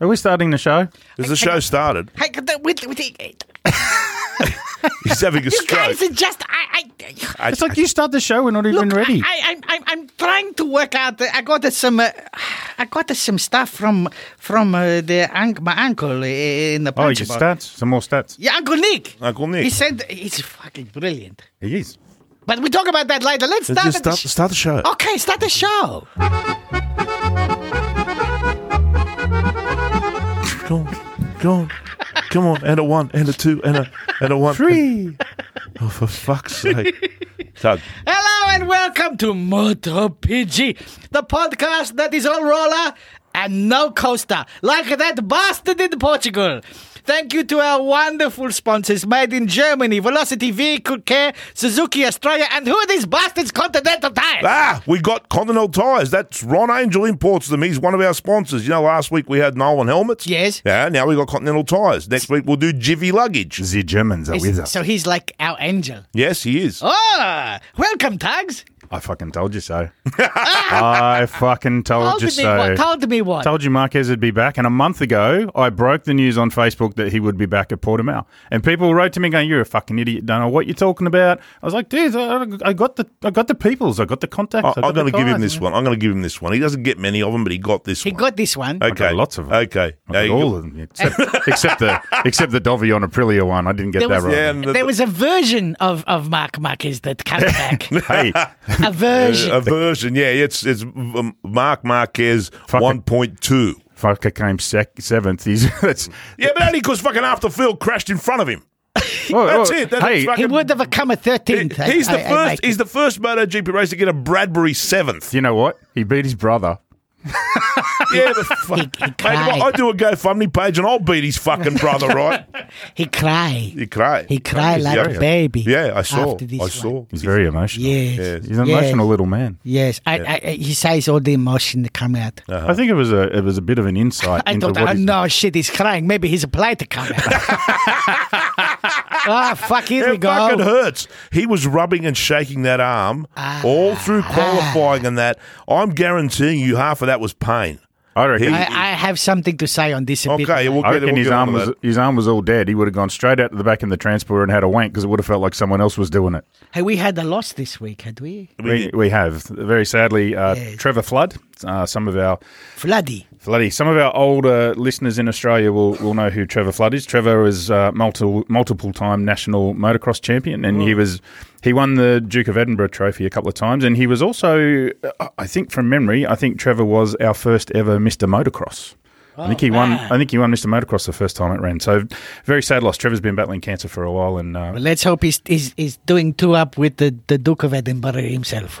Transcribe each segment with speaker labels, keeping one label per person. Speaker 1: Are we starting the show?
Speaker 2: As the show started,
Speaker 3: Hey, could that- with, with the,
Speaker 2: he's having a
Speaker 3: you
Speaker 2: stroke.
Speaker 3: guys are just I I
Speaker 2: I-
Speaker 1: It's like you start the show, we're not even
Speaker 3: look,
Speaker 1: ready.
Speaker 3: I, I, I, I'm- I'm trying to work out. I got some uh, I got some stuff from from uh, the un- my uncle uh, in the
Speaker 1: oh, your
Speaker 3: punch bowl.
Speaker 1: stats, some more stats.
Speaker 3: Yeah, Uncle Nick.
Speaker 2: Uncle Nick.
Speaker 3: He said he's fucking brilliant.
Speaker 1: He is.
Speaker 3: But we talk about that later. Let's start.
Speaker 2: Just
Speaker 3: at the
Speaker 2: start,
Speaker 3: sh- Oh.
Speaker 2: start the show.
Speaker 3: okay, start the show.
Speaker 2: Go on, go on, come on. And a one, and a two, and a and a one.
Speaker 1: Three.
Speaker 2: Oh, for fuck's sake, Tug.
Speaker 3: Hello and welcome to Moto PG, the podcast that is all roller and no coaster, like that bastard in Portugal. Thank you to our wonderful sponsors made in Germany, Velocity Vehicle Care, Suzuki Australia, and who are these bastards? Continental Tires.
Speaker 2: Ah, we got Continental Tires. That's Ron Angel imports them. He's one of our sponsors. You know, last week we had Nolan Helmets.
Speaker 3: Yes.
Speaker 2: Yeah. Now we got Continental Tires. Next week we'll do Jivvy Luggage.
Speaker 1: The Germans are with us.
Speaker 3: So he's like our angel.
Speaker 2: Yes, he is.
Speaker 3: Oh, welcome, Tags.
Speaker 1: I fucking told you so. I fucking told,
Speaker 3: Told
Speaker 1: you
Speaker 3: me
Speaker 1: so.
Speaker 3: what? Told me what?
Speaker 1: Told you Marquez would be back, and a month ago I broke the news on Facebook that he would be back at Portimao, and people wrote to me going, "You're a fucking idiot! Don't know what you're talking about." I was like, "Dude, I, I got the I got the peoples, I got the contacts."
Speaker 2: I,
Speaker 1: I
Speaker 2: I'm
Speaker 1: got the
Speaker 2: going to Oh, give him
Speaker 1: guys."
Speaker 2: this one. I'm going to give him this one. He doesn't get many of them, but he got this
Speaker 3: he
Speaker 2: one.
Speaker 3: got this one.
Speaker 2: okay,
Speaker 1: got lots of 'em.
Speaker 2: Okay,
Speaker 1: I got
Speaker 2: There you
Speaker 1: all
Speaker 2: go.
Speaker 1: of them except, except the except the Dovey on Aprilia one. I didn't get
Speaker 3: There
Speaker 1: that
Speaker 3: was-
Speaker 2: Yeah,
Speaker 1: right.
Speaker 2: and the,
Speaker 3: There was a version of, of Mark Marquez that came back.
Speaker 1: Hey,
Speaker 3: a version.
Speaker 2: a version. Yeah, it's it's um, Mark Marquez one point two.
Speaker 1: fucker came sec- seventh. He's that's
Speaker 2: Yeah, but only because fucking after Phil crashed in front of him.
Speaker 1: Oh,
Speaker 2: That's
Speaker 1: oh,
Speaker 2: it. That's
Speaker 1: hey,
Speaker 2: fucking-
Speaker 3: He would have come a 13th. I-
Speaker 2: He's the
Speaker 3: I- I
Speaker 2: first.
Speaker 3: make
Speaker 2: he's
Speaker 3: it.
Speaker 2: the first MotoGP racer to get a Bradbury seventh.
Speaker 1: you know what? He beat his brother.
Speaker 2: Yeah, but fuck.
Speaker 3: He-
Speaker 2: Mate,
Speaker 3: he
Speaker 2: if I I
Speaker 3: cried.
Speaker 2: do a GoFundMe page and I'll beat his fucking brother, right?
Speaker 3: He cry.
Speaker 2: He cried.
Speaker 3: He cry
Speaker 2: He's
Speaker 3: like
Speaker 2: young.
Speaker 3: a baby.
Speaker 2: Yeah, I saw.
Speaker 3: After this
Speaker 2: I
Speaker 3: one.
Speaker 2: saw.
Speaker 1: He's very emotional.
Speaker 3: Yes.
Speaker 2: Yes.
Speaker 1: He's an
Speaker 3: Yes.
Speaker 1: emotional little man.
Speaker 3: Yes. I, I, I- he says all the emotion that come out.
Speaker 2: Uh-huh.
Speaker 1: I think it was a it was a bit of an insight
Speaker 3: I
Speaker 1: into
Speaker 3: thought,
Speaker 1: what
Speaker 3: oh
Speaker 1: he's-
Speaker 3: no, shit, he's crying. Maybe he's a play to come out. Ah, fuck, here we
Speaker 2: It fucking
Speaker 3: go.
Speaker 2: hurts. He was rubbing and shaking that arm
Speaker 3: Ah.
Speaker 2: all through qualifying and that. I'm guaranteeing you half of that was pain.
Speaker 1: I reckon.
Speaker 2: He-
Speaker 3: I, I have something to say on this a bit.
Speaker 2: Okay, we'll
Speaker 1: I
Speaker 2: get,
Speaker 1: reckon
Speaker 2: we'll
Speaker 1: his
Speaker 2: get
Speaker 1: arm
Speaker 2: onto
Speaker 1: was
Speaker 2: that.
Speaker 1: his arm was all dead. He would have gone straight out to the back in the transporter and had a wank because it would have felt like someone else was doing it.
Speaker 3: Hey, we had a loss this week, had we?
Speaker 1: We, we have very sadly uh,
Speaker 3: Yes.
Speaker 1: Trevor Flood. Uh, some of our
Speaker 3: Floody.
Speaker 1: Floody. Some of our older listeners in Australia will, will know who Trevor Flood is. Trevor is uh, multiple multiple time national motocross champion, and he was he won the Duke of Edinburgh Trophy a couple of times, and he was also, uh, I think from memory, I think Trevor was our first ever Mister Motocross. I think he won. I think he won Mr. Motocross the first time it ran. So very sad loss. Trevor's been battling cancer for a while, and uh,
Speaker 3: Well, let's hope he's, he's, he's doing two up with the, the Duke of Edinburgh himself.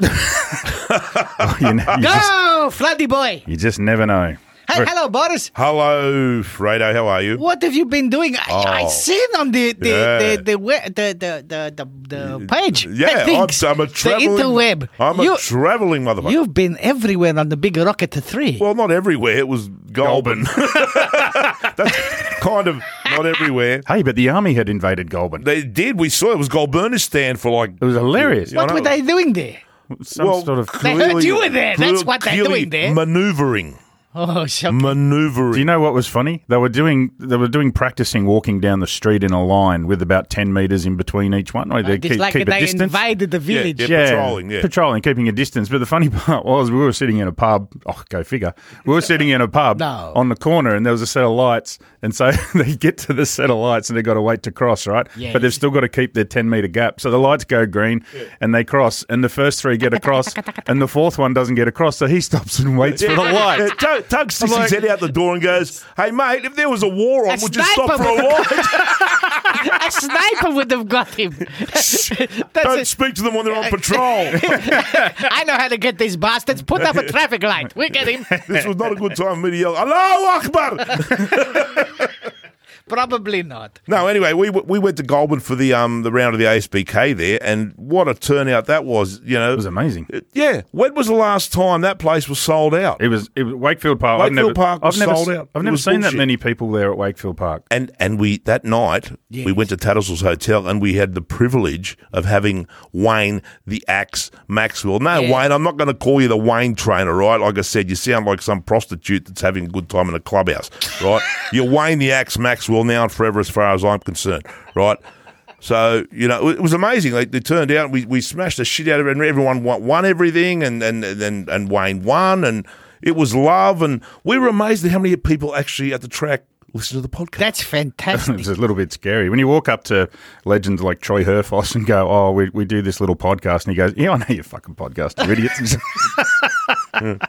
Speaker 1: you, know, you, just,
Speaker 3: go, Floody boy.
Speaker 1: you just never know.
Speaker 3: Hey, hello, Boris.
Speaker 2: Hello, Fredo. How are you?
Speaker 3: What have you been doing? I, I
Speaker 2: Oh.
Speaker 3: seen on the the,
Speaker 2: Yeah.
Speaker 3: the, the, we- the, the, the, the, the page.
Speaker 2: Yeah,
Speaker 3: the things,
Speaker 2: I'm, I'm a traveling.
Speaker 3: The interweb.
Speaker 2: I'm a
Speaker 3: you,
Speaker 2: traveling motherfucker.
Speaker 3: you've been everywhere on the big rocket to three.
Speaker 2: well, not everywhere. It was Goulburn. That's kind of not everywhere.
Speaker 1: Hey, but the army had invaded Goulburn.
Speaker 2: They did. We saw it was Goulburnistan for like.
Speaker 1: It was hilarious.
Speaker 3: what
Speaker 2: I
Speaker 3: were
Speaker 2: know.
Speaker 3: they doing there?
Speaker 1: Some
Speaker 2: well,
Speaker 1: sort of.
Speaker 3: They heard you were there. That's what they're
Speaker 2: clearly
Speaker 3: doing there.
Speaker 2: Maneuvering,
Speaker 3: Oh,
Speaker 2: Mm,
Speaker 3: shock.
Speaker 2: maneuvering.
Speaker 1: Do you know what was funny? They were doing they were doing practicing walking down the street in a line with about ten meters in between each one. Like they
Speaker 3: It's
Speaker 1: keep,
Speaker 3: like
Speaker 1: keep a
Speaker 3: they
Speaker 1: distance.
Speaker 3: invaded the village.
Speaker 2: yeah. Patrolling, yeah.
Speaker 1: patrolling, keeping a distance. But the funny part was, we were sitting in a pub. Oh, go figure. We were sitting in a pub
Speaker 3: No.
Speaker 1: on the corner, and there was a set of lights. And so they get to the set of lights, and they got to wait to cross, right?
Speaker 3: Yeah.
Speaker 1: But they've still got to keep their ten meter gap. So the lights go green, and they cross, and the first three get across, and the fourth one doesn't get across. So he stops and waits for the
Speaker 2: Yeah,
Speaker 1: light.
Speaker 2: Tug, Tug sticks
Speaker 1: like-
Speaker 2: his head out the door and goes, "Hey mate, if there was a war on,
Speaker 3: A
Speaker 2: we'll just stop
Speaker 3: sniper
Speaker 2: for a
Speaker 3: would-
Speaker 2: while.
Speaker 3: a sniper would have got him. That's
Speaker 2: Don't
Speaker 3: it.
Speaker 2: speak to them when they're on patrol.
Speaker 3: I know how to get these bastards. Put up a traffic light. We get him.
Speaker 2: this was not a good time for me to yell, "Hello, Akbar!"
Speaker 3: Probably not.
Speaker 2: No, anyway, we we went to Goulburn for the um the round of the ASBK there, and what a turnout that was! You know,
Speaker 1: It was amazing.
Speaker 2: yeah. When was the last time that place was sold out?
Speaker 1: It was it was Wakefield Park. I've
Speaker 2: Wakefield
Speaker 1: never,
Speaker 2: Park was
Speaker 1: I've never,
Speaker 2: sold
Speaker 1: s-
Speaker 2: out. It
Speaker 1: I've never
Speaker 2: was
Speaker 1: seen
Speaker 2: bullshit.
Speaker 1: that many people there at Wakefield Park.
Speaker 2: and and we that night we
Speaker 3: Yes.
Speaker 2: went to Tattersall's hotel and we had the privilege of having Wayne the Axe Maxwell. No,
Speaker 3: Yeah.
Speaker 2: Wayne, I'm not going to call you the Wayne trainer, right? Like I said, you sound like some prostitute that's having a good time in a clubhouse, right? You're Wayne the Axe Maxwell now and forever, as far as I'm concerned, right? So you know it was amazing. Like, they turned out we, we smashed the shit out of it, and everyone won, won everything, and and, and and Wayne won, and it was love, and we were amazed at how many people actually at the track listened to the podcast.
Speaker 3: That's
Speaker 1: It
Speaker 3: fantastic.
Speaker 1: was a little bit scary when you walk up to legends like Troy Herfoss and go, "Oh, we, we do this little podcast," and he goes, "Yeah, I know your fucking podcast, you idiots."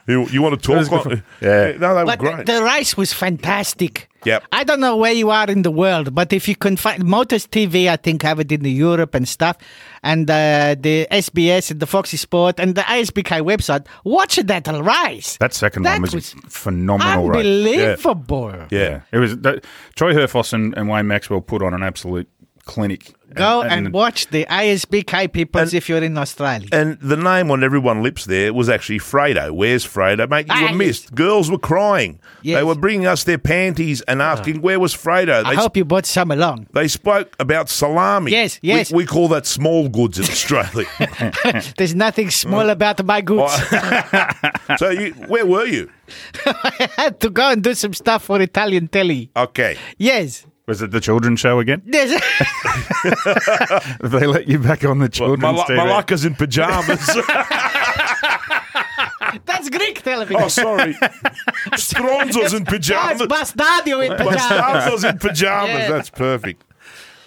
Speaker 2: You, you want to
Speaker 1: was
Speaker 2: talk?
Speaker 1: good
Speaker 2: on-
Speaker 1: for- yeah.
Speaker 2: no, they were
Speaker 3: But
Speaker 2: Oh, great.
Speaker 3: the rice was fantastic.
Speaker 2: Yep.
Speaker 3: I don't know where you are in the world, but if you can find Motors TV, I think have it in the Europe and stuff, and uh, the SBS and the Foxy Sport and the ASBK website. Watch that rice.
Speaker 1: that second
Speaker 3: That
Speaker 1: one was,
Speaker 3: was
Speaker 1: phenomenal, right?
Speaker 3: unbelievable.
Speaker 2: yeah.
Speaker 1: It was that, Troy Herfoss and, and Wayne Maxwell put on an absolute clinic.
Speaker 3: Go and, watch the ASBK peoples
Speaker 2: And-
Speaker 3: if you're in Australia.
Speaker 2: And the name on everyone's lips there was actually Fredo. Where's Fredo, mate? You
Speaker 3: Ah,
Speaker 2: were
Speaker 3: yes.
Speaker 2: missed. Girls were crying. They
Speaker 3: Yes.
Speaker 2: were bringing us their panties and asking, "Where was Fredo?"
Speaker 3: I
Speaker 2: They,
Speaker 3: hope you brought some along.
Speaker 2: they spoke about salami.
Speaker 3: Yes,
Speaker 2: We-
Speaker 3: yes.
Speaker 2: We, call that small goods in Australia.
Speaker 3: There's nothing small
Speaker 2: Mm.
Speaker 3: about my goods.
Speaker 2: so, you, where were you?
Speaker 3: I had to go and do some stuff for Italian telly.
Speaker 2: Okay.
Speaker 3: Yes.
Speaker 1: was it the children's show again?
Speaker 3: There's
Speaker 1: they let you back on the children's
Speaker 2: Mal-
Speaker 1: TV.
Speaker 2: Malacca's in pajamas.
Speaker 3: That's Greek television.
Speaker 2: oh, sorry. Stronzo's in
Speaker 3: That's
Speaker 2: pajamas.
Speaker 3: Bastardio in pajamas.
Speaker 2: Stronzo's in pajamas.
Speaker 3: Yeah.
Speaker 2: That's perfect.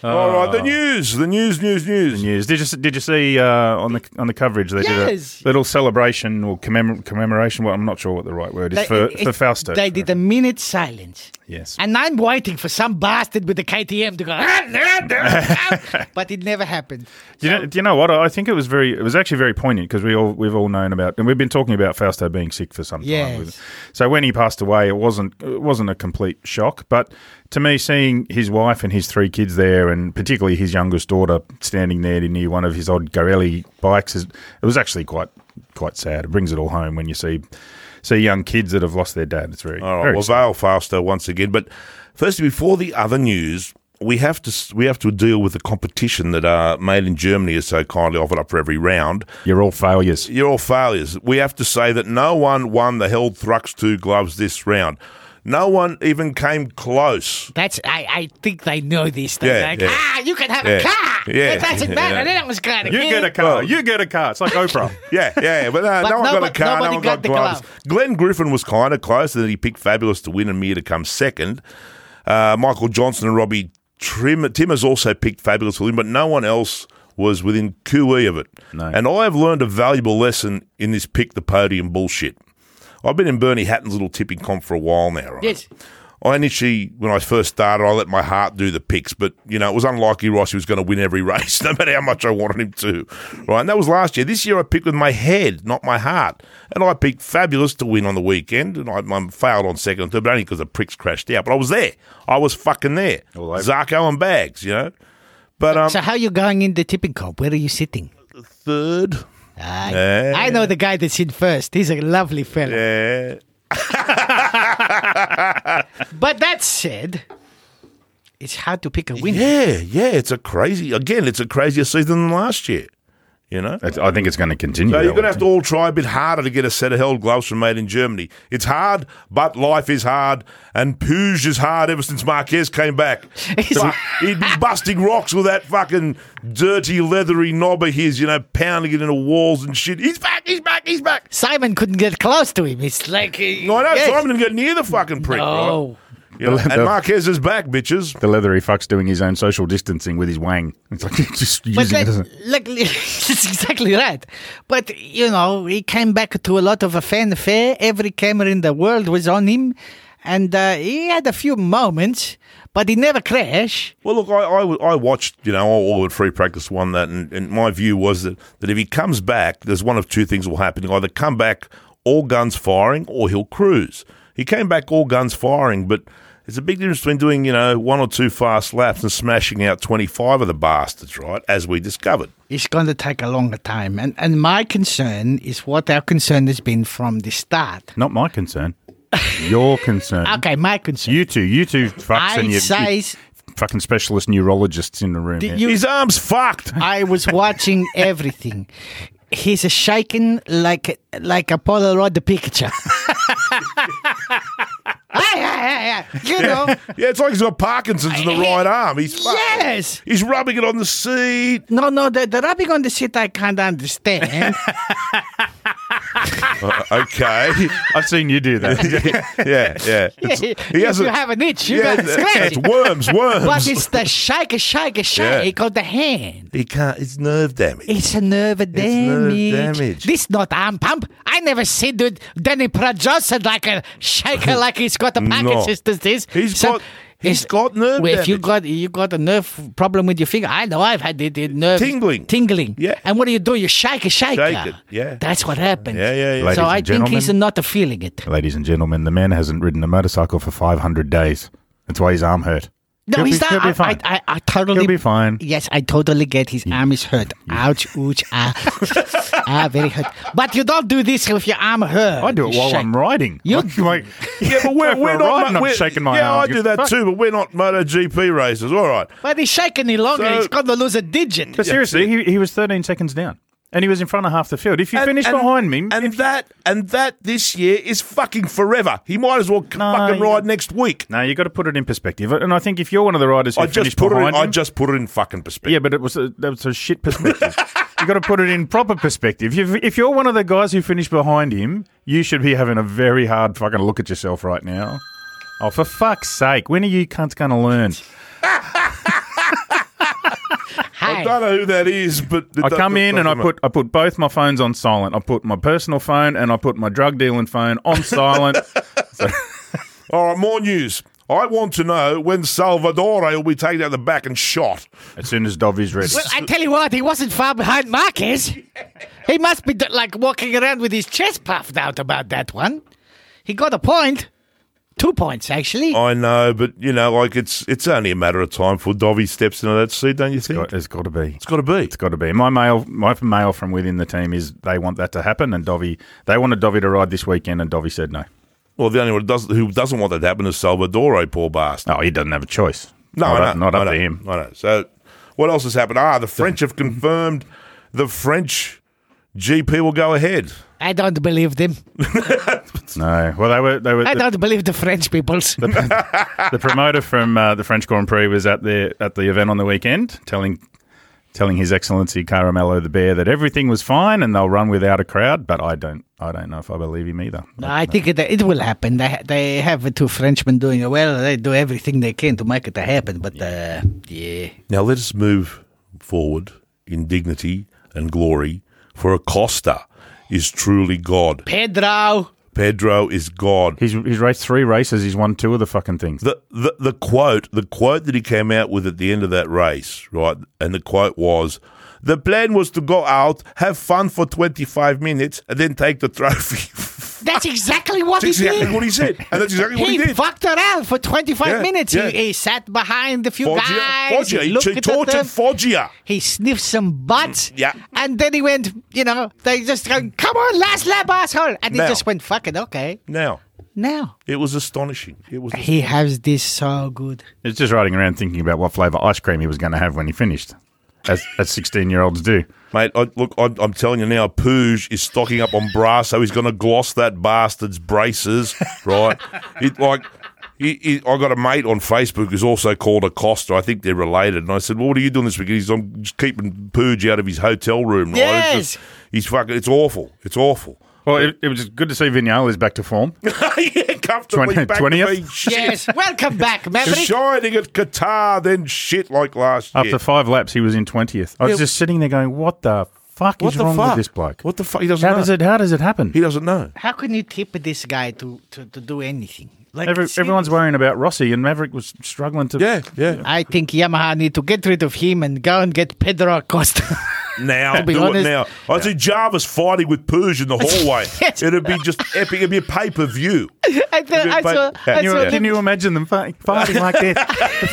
Speaker 2: All right. The news. Oh. The news. News. News.
Speaker 1: News. Did you did you see uh, on the on the coverage they
Speaker 3: Yes.
Speaker 1: did a little celebration or commemor- commemoration? Well, I'm not sure what the right word is
Speaker 3: They-
Speaker 1: for
Speaker 3: it-
Speaker 1: for Fausto.
Speaker 3: They did a minute silence.
Speaker 1: Yes.
Speaker 3: And I'm waiting for some bastard with the KTM to "Ah, go, ah, but it never happened.
Speaker 1: Do you, know, do you know what? I think it was very, it was actually very poignant because we all we've all known about, and we've been talking about Fausto being sick for some
Speaker 3: Yes.
Speaker 1: time. With- So when he passed away, it wasn't it wasn't a complete shock, but to me, seeing his wife and his three kids there, and particularly his youngest daughter standing there near one of his old Garelli bikes, is, it was actually quite quite sad. It brings it all home when you see see young kids that have lost their dad. It's very,
Speaker 2: All right.
Speaker 1: very
Speaker 2: Well, Vale Faster once again. But firstly, before the other news, we have to we have to deal with the competition that uh, Made in Germany is so kindly offered up for every round.
Speaker 1: you're all failures.
Speaker 2: You're all failures. We have to say that no one won the Held Thrux two gloves this round. No one even came close.
Speaker 3: That's I, I think they know this. They're
Speaker 2: Yeah,
Speaker 3: like,
Speaker 2: yeah.
Speaker 3: ah, you can have
Speaker 2: Yeah,
Speaker 3: a car.
Speaker 2: yeah,
Speaker 3: It doesn't matter.
Speaker 2: yeah.
Speaker 3: That was kind of
Speaker 1: You get a car.
Speaker 2: Well-
Speaker 1: you get a car. It's like Oprah.
Speaker 2: Yeah, yeah, but, uh,
Speaker 3: But
Speaker 2: no one got a
Speaker 3: nobody-
Speaker 2: car, no
Speaker 3: nobody
Speaker 2: one got,
Speaker 3: got the
Speaker 2: gloves.
Speaker 3: glove.
Speaker 2: Glenn Griffin was kind of close, and then he picked Fabulous to win and Mia to come second. Uh, Michael Johnson and Robbie Trim, Tim has also picked Fabulous to win, but no one else was within QE of it.
Speaker 1: No.
Speaker 2: And I have learned a valuable lesson in this pick the podium bullshit. I've been in Bernie Hatton's little tipping comp for a while now, right?
Speaker 3: Yes.
Speaker 2: I initially, when I first started, I let my heart do the picks, but you know it was unlikely Rossi was going to win every race, no matter how much I wanted him to. Right, and that was last year. This year, I picked with my head, not my heart, and I picked Fabulous to win on the weekend, and I, I failed on second and third, but only because the pricks crashed out. But I was there. I was fucking there.
Speaker 1: All over.
Speaker 2: Zarko and Bags, you know. But um,
Speaker 3: So how you going in the tipping cup? Where are you sitting?
Speaker 2: third,
Speaker 3: I,
Speaker 2: Yeah.
Speaker 3: I know the guy that's in first. He's a lovely fella.
Speaker 2: yeah,
Speaker 3: But that said, it's hard to pick a winner.
Speaker 2: yeah, yeah. It's a crazy. Again, it's a crazier season than last year. You know.
Speaker 1: It's- I think it's going to continue.
Speaker 2: So
Speaker 1: that
Speaker 2: you're going
Speaker 1: way,
Speaker 2: to have to all try a bit harder to get a set of held gloves from made in Germany. It's hard, but life is hard, and Puge is hard ever since Marquez came back.
Speaker 3: He's-
Speaker 2: Fuck, He'd be busting rocks with that fucking dirty, leathery knob of his, you know, pounding it into walls and shit. He's back, he's back, he's back.
Speaker 3: Simon couldn't get close to him. It's like
Speaker 2: I know Simon didn't get near the fucking prick, right?
Speaker 3: Oh,
Speaker 2: You know, and
Speaker 1: the-
Speaker 2: Marquez is back, bitches.
Speaker 1: the leathery fuck's doing his own social distancing with his wang. It's like he's just
Speaker 3: but
Speaker 1: using it
Speaker 3: that,
Speaker 1: as a
Speaker 3: like that's exactly right. But you know, he came back to a lot of a fanfare. Every camera in the world was on him, and uh, he had a few moments, but he never crashed.
Speaker 2: Well, look, I, I, I watched, you know, all at free practice won that, and, and my view was that, that if he comes back, there's one of two things will happen. He'll either come back all guns firing or he'll cruise. He came back all guns firing, but there's a big difference between doing, you know, one or two fast laps and smashing out 25 of the bastards, right? As we discovered.
Speaker 3: It's going to take a longer time. And, and my concern is what our concern has been from the start.
Speaker 1: Not my concern. Your concern.
Speaker 3: Okay, my concern.
Speaker 1: You two, you two fucks
Speaker 3: I
Speaker 1: and you, you
Speaker 3: says
Speaker 1: fucking specialist neurologists in the room.
Speaker 3: Did
Speaker 1: here.
Speaker 3: you-
Speaker 2: His arm's fucked.
Speaker 3: I was watching everything. He's shaking like like a Polaroid picture. Ay, ay, ay, ay. You know,
Speaker 2: Yeah, it's like he's got Parkinson's in the right arm. He's fucked.
Speaker 3: yes.
Speaker 2: He's rubbing it on the seat.
Speaker 3: No, no, the, the rubbing on the seat I can't understand.
Speaker 2: Uh, okay.
Speaker 1: I've seen you do that.
Speaker 2: yeah, yeah. It's-
Speaker 3: if
Speaker 2: he
Speaker 3: you
Speaker 2: hasn't-
Speaker 3: have an itch, you got
Speaker 2: it's- it's
Speaker 3: scratch.
Speaker 2: worms, worms.
Speaker 3: But it's the shake, shake, shake of the hand.
Speaker 2: he can't. It's nerve damage.
Speaker 3: It's a nerve damage.
Speaker 2: nerve damage.
Speaker 3: This not arm pump. I never see dude Danny Pratt Johnson like a shaker like he's got a Parkinson's disease.
Speaker 2: He's got- he's
Speaker 3: it's-
Speaker 2: got nerve
Speaker 3: Well, if you
Speaker 2: damage.
Speaker 3: got you got a nerve problem with your finger, I know I've had it. it nerve
Speaker 2: Tingling.
Speaker 3: tingling.
Speaker 2: Yeah.
Speaker 3: And what do you do? You shake it, shake,
Speaker 2: Shake it, yeah.
Speaker 3: That's what happened.
Speaker 2: Yeah, yeah, yeah.
Speaker 1: Ladies
Speaker 3: So I
Speaker 1: and
Speaker 3: think he's
Speaker 1: gentlemen.
Speaker 3: not feeling it.
Speaker 1: Ladies and gentlemen, the man hasn't ridden a motorcycle for 500 days. That's why his arm hurt.
Speaker 3: No,
Speaker 1: He'll
Speaker 3: he's
Speaker 1: be-
Speaker 3: not.
Speaker 1: he'll
Speaker 3: I,
Speaker 1: be fine.
Speaker 3: I, I, I totally.
Speaker 1: He'll be fine.
Speaker 3: Yes, I totally get his arm is hurt. Ouch, ouch, ah, ah, very hurt. But you don't do this with your arm hurt.
Speaker 1: I do it
Speaker 3: You
Speaker 1: while
Speaker 3: shake.
Speaker 1: I'm riding.
Speaker 3: You-
Speaker 1: Like, like-
Speaker 2: Yeah, but
Speaker 1: Go
Speaker 2: we're,
Speaker 1: for
Speaker 2: we're
Speaker 1: a
Speaker 2: not.
Speaker 1: ride and I'm
Speaker 2: we're-
Speaker 1: shaking my
Speaker 2: yeah,
Speaker 1: arm.
Speaker 2: I do that
Speaker 1: Fuck.
Speaker 2: too, but we're not MotoGP racers. All right.
Speaker 3: But he's shaking it longer.
Speaker 2: So-
Speaker 3: he's going to lose a digit.
Speaker 1: But seriously, he, he was 13 seconds down. And he was in front of half the field. If you
Speaker 2: And-
Speaker 1: finish
Speaker 2: and-
Speaker 1: behind me,
Speaker 2: and that and that this year is fucking forever. He might as well c-
Speaker 1: No,
Speaker 2: fucking
Speaker 1: you-
Speaker 2: ride next week.
Speaker 1: no, you got to put it in perspective. And I think if you're one of the riders who
Speaker 2: I
Speaker 1: finished
Speaker 2: just put it.
Speaker 1: behind
Speaker 2: In, I
Speaker 1: him-
Speaker 2: just put it in fucking perspective.
Speaker 1: Yeah, but it was a, that was a shit perspective. you got to put it in proper perspective. If, if you're one of the guys who finished behind him, you should be having a very hard fucking look at yourself right now. Oh, for fuck's sake! When are you cunts going to learn?
Speaker 2: I
Speaker 3: Hi.
Speaker 2: don't know who that is, but
Speaker 1: I come in and I put I put both my phones on silent. I put my personal phone and I put my drug dealing phone on silent.
Speaker 2: All right, more news. I want to know when Salvadore will be taken out the back and shot.
Speaker 1: as soon as Dovey's ready.
Speaker 3: Well, I tell you what, he wasn't far behind Marquez. He must be like walking around with his chest puffed out about that one. He got a point. Two points, actually.
Speaker 2: I know, but you know, like it's it's only a matter of time before Dovey steps into that seat, don't you think?
Speaker 1: It's got to be.
Speaker 2: it's got to be.
Speaker 1: It's got to be. My mail, my mail from within the team is they want that to happen, and Dovey they wanted Dovey to ride this weekend, and Dovey said no.
Speaker 2: Well, the only one who doesn't, who doesn't want that to happen is Salvadore, poor bastard.
Speaker 1: Oh, he doesn't have a choice.
Speaker 2: No,
Speaker 1: not
Speaker 2: I
Speaker 1: up,
Speaker 2: know,
Speaker 1: not
Speaker 2: I
Speaker 1: up
Speaker 2: know,
Speaker 1: to him.
Speaker 2: I know. So, what else has happened? Ah, the French have confirmed the French GP will go ahead.
Speaker 3: I don't believe them.
Speaker 1: No, well they were they were
Speaker 3: I
Speaker 1: the,
Speaker 3: don't believe the French peoples.
Speaker 1: the promoter from uh, the French Grand Prix was at the at the event on the weekend, telling telling His Excellency Caramello the Bear that everything was fine and they'll run without a crowd. But I don't I don't know if I believe him either.
Speaker 3: No, I think it, it will happen. They, they have two Frenchmen doing well. They do everything they can to make it happen. But uh, yeah,
Speaker 2: Now let us move forward in dignity and glory, for Acosta is truly God.
Speaker 3: Pedro,
Speaker 2: Pedro is God.
Speaker 1: He's he's raced three races. He's won two of the fucking things.
Speaker 2: The, the the quote the quote that he came out with at the end of that race, right? And the quote was, "The plan was to go out, have fun for twenty five minutes, and then take the trophy."
Speaker 3: that's exactly what
Speaker 2: That's
Speaker 3: he
Speaker 2: Ah. exactly
Speaker 3: did.
Speaker 2: what he said, and that's exactly what
Speaker 3: He,
Speaker 2: he did.
Speaker 3: fucked around for 25
Speaker 2: Yeah,
Speaker 3: minutes.
Speaker 2: yeah.
Speaker 3: He, he sat behind the few
Speaker 2: Foggia,
Speaker 3: guys.
Speaker 2: Foggia, he,
Speaker 3: looked
Speaker 2: he
Speaker 3: at
Speaker 2: tortured
Speaker 3: them.
Speaker 2: Foggia.
Speaker 3: He sniffed some butts.
Speaker 2: yeah.
Speaker 3: And then he went, you know, they just go, come on, last lap, asshole. And he
Speaker 2: Now.
Speaker 3: just went, fuck it, okay.
Speaker 2: Now
Speaker 3: Now.
Speaker 2: it was astonishing. It was
Speaker 3: He has this so good.
Speaker 1: It's just riding around thinking about what flavour ice cream he was going to have when he finished, as as sixteen year olds do.
Speaker 2: Mate, I, look, I, I'm telling you now, Pooge is stocking up on brass, so he's going to gloss that bastard's braces, right? it, like, he, he, I got a mate on Facebook who's also called Acosta. I think they're related. And I said, well, what are you doing this weekend? He's, I'm just keeping Pooge out of his hotel room, right? It's
Speaker 3: Yes.
Speaker 2: just- he's fucking, it's awful. It's awful.
Speaker 1: Well, it, it was good to see Vinales back to form.
Speaker 2: yeah, comfortably
Speaker 1: Twenty-
Speaker 2: back
Speaker 1: 20th?
Speaker 2: to being shit.
Speaker 3: Yes. Welcome back, Maverick.
Speaker 2: Shining at Qatar, then shit like last
Speaker 1: After
Speaker 2: year.
Speaker 1: five laps, he was in twentieth. I was
Speaker 2: Yeah.
Speaker 1: just sitting there going, "What the fuck is
Speaker 2: What the
Speaker 1: wrong
Speaker 2: fuck?
Speaker 1: with this bloke?
Speaker 2: What the fuck? He doesn't
Speaker 1: How
Speaker 2: know.
Speaker 1: does it? How does it happen?
Speaker 2: He doesn't know.
Speaker 3: How can you tip this guy to, to, to do anything? Like,
Speaker 1: Every,
Speaker 3: seriously.
Speaker 1: everyone's worrying about Rossi, and Maverick was struggling to.
Speaker 2: Yeah, yeah.
Speaker 3: I think Yamaha need to get rid of him and go and get Pedro Acosta.
Speaker 2: Now,
Speaker 3: be
Speaker 2: do
Speaker 3: honest-
Speaker 2: it now. I see Jarvis fighting with Purge in the hallway.
Speaker 3: Yes.
Speaker 2: It'd be just epic. It'd be a pay per view.
Speaker 3: I, th- I
Speaker 2: but-
Speaker 3: saw,
Speaker 1: Can
Speaker 3: I
Speaker 2: Yeah.
Speaker 1: you,
Speaker 3: saw
Speaker 1: can
Speaker 3: them-
Speaker 1: you imagine them fi- fighting like this,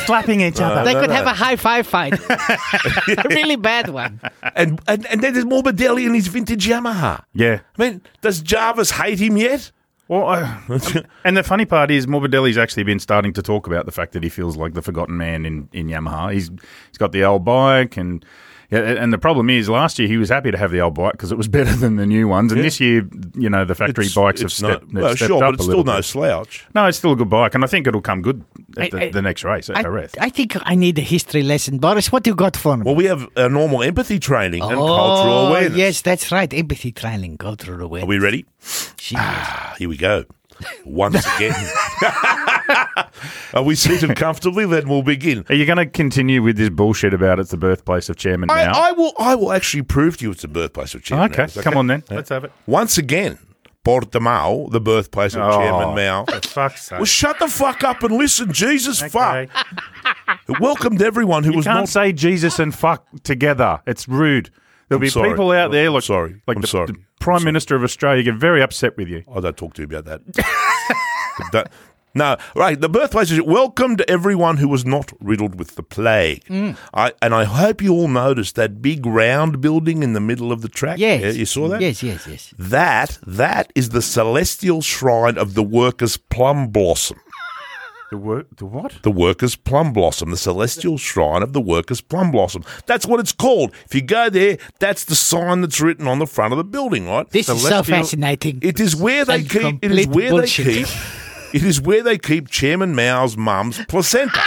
Speaker 1: flapping each other?
Speaker 3: they could
Speaker 2: no,
Speaker 3: have
Speaker 2: no.
Speaker 3: a high five fight. a really bad one.
Speaker 2: And, and and then there's Morbidelli in his vintage Yamaha.
Speaker 1: yeah.
Speaker 2: I mean, does Jarvis hate him yet?
Speaker 1: Well, I, and the funny part is Morbidelli's actually been starting to talk about the fact that he feels like the forgotten man in, in Yamaha. He's he's got the old bike and yeah, and the problem is last year he was happy to have the old bike because it was better than the new ones. And this year, you know, the factory bikes have
Speaker 2: It's no-
Speaker 1: stepped, have
Speaker 2: well,
Speaker 1: stepped
Speaker 2: sure,
Speaker 1: up
Speaker 2: but it's
Speaker 1: a little
Speaker 2: still no
Speaker 1: bit.
Speaker 2: slouch.
Speaker 1: No, it's still a good bike, and I think it'll come good at
Speaker 3: I-
Speaker 1: the,
Speaker 3: I-
Speaker 1: the next race at
Speaker 3: I,
Speaker 1: Jerez.
Speaker 3: I think I need a history lesson. Boris, what you got for me?
Speaker 2: Well, we have a normal empathy training and cultural
Speaker 3: oh,
Speaker 2: awareness.
Speaker 3: yes, that's right. Empathy trialing, cultural awareness.
Speaker 2: Are we ready?
Speaker 3: She-
Speaker 2: Ah, here we go. Once again. Are we seated comfortably? Then we'll begin.
Speaker 1: Are you going to continue with this bullshit about it's the birthplace of chairman
Speaker 2: I,
Speaker 1: now?
Speaker 2: I will. I will actually prove to you it's the birthplace of Chairman.
Speaker 1: okay,
Speaker 2: Mao.
Speaker 1: come on then, let's have it.
Speaker 2: Once again, Portimao, the birthplace of
Speaker 1: Oh.
Speaker 2: Chairman Mao.
Speaker 1: For fuck's sake!
Speaker 2: Well, shut the fuck up and listen. Jesus
Speaker 1: Okay.
Speaker 2: fuck. Welcomed everyone who was
Speaker 1: Can't
Speaker 2: not.
Speaker 1: say Jesus and fuck together. It's rude. There'll be
Speaker 2: sorry.
Speaker 1: people out there
Speaker 2: I'm
Speaker 1: like
Speaker 2: sorry.
Speaker 1: like
Speaker 2: I'm
Speaker 1: the,
Speaker 2: sorry.
Speaker 1: the Prime Minister of Australia get very upset with you.
Speaker 2: I Oh, don't talk to you about that. Don't- no, right. The birthplace is welcomed everyone who was not riddled with the plague.
Speaker 1: Mm.
Speaker 2: I, and I hope you all noticed that big round building in the middle of the track.
Speaker 3: yes.
Speaker 2: Yeah, you saw that?
Speaker 3: Yes, yes, yes.
Speaker 2: That that is the celestial shrine of the workers' plum blossom.
Speaker 1: The wor- the what?
Speaker 2: The workers' plum blossom, the celestial shrine of the workers' plum blossom. That's what it's called. If you go there, that's the sign that's written on the front of the building, right?
Speaker 3: This is so
Speaker 1: Celestial-
Speaker 3: fascinating.
Speaker 2: It is where they
Speaker 3: And
Speaker 2: keep. It is
Speaker 3: complete
Speaker 2: where
Speaker 3: bullshit.
Speaker 2: they keep. It is where they keep Chairman Mao's mum's placenta.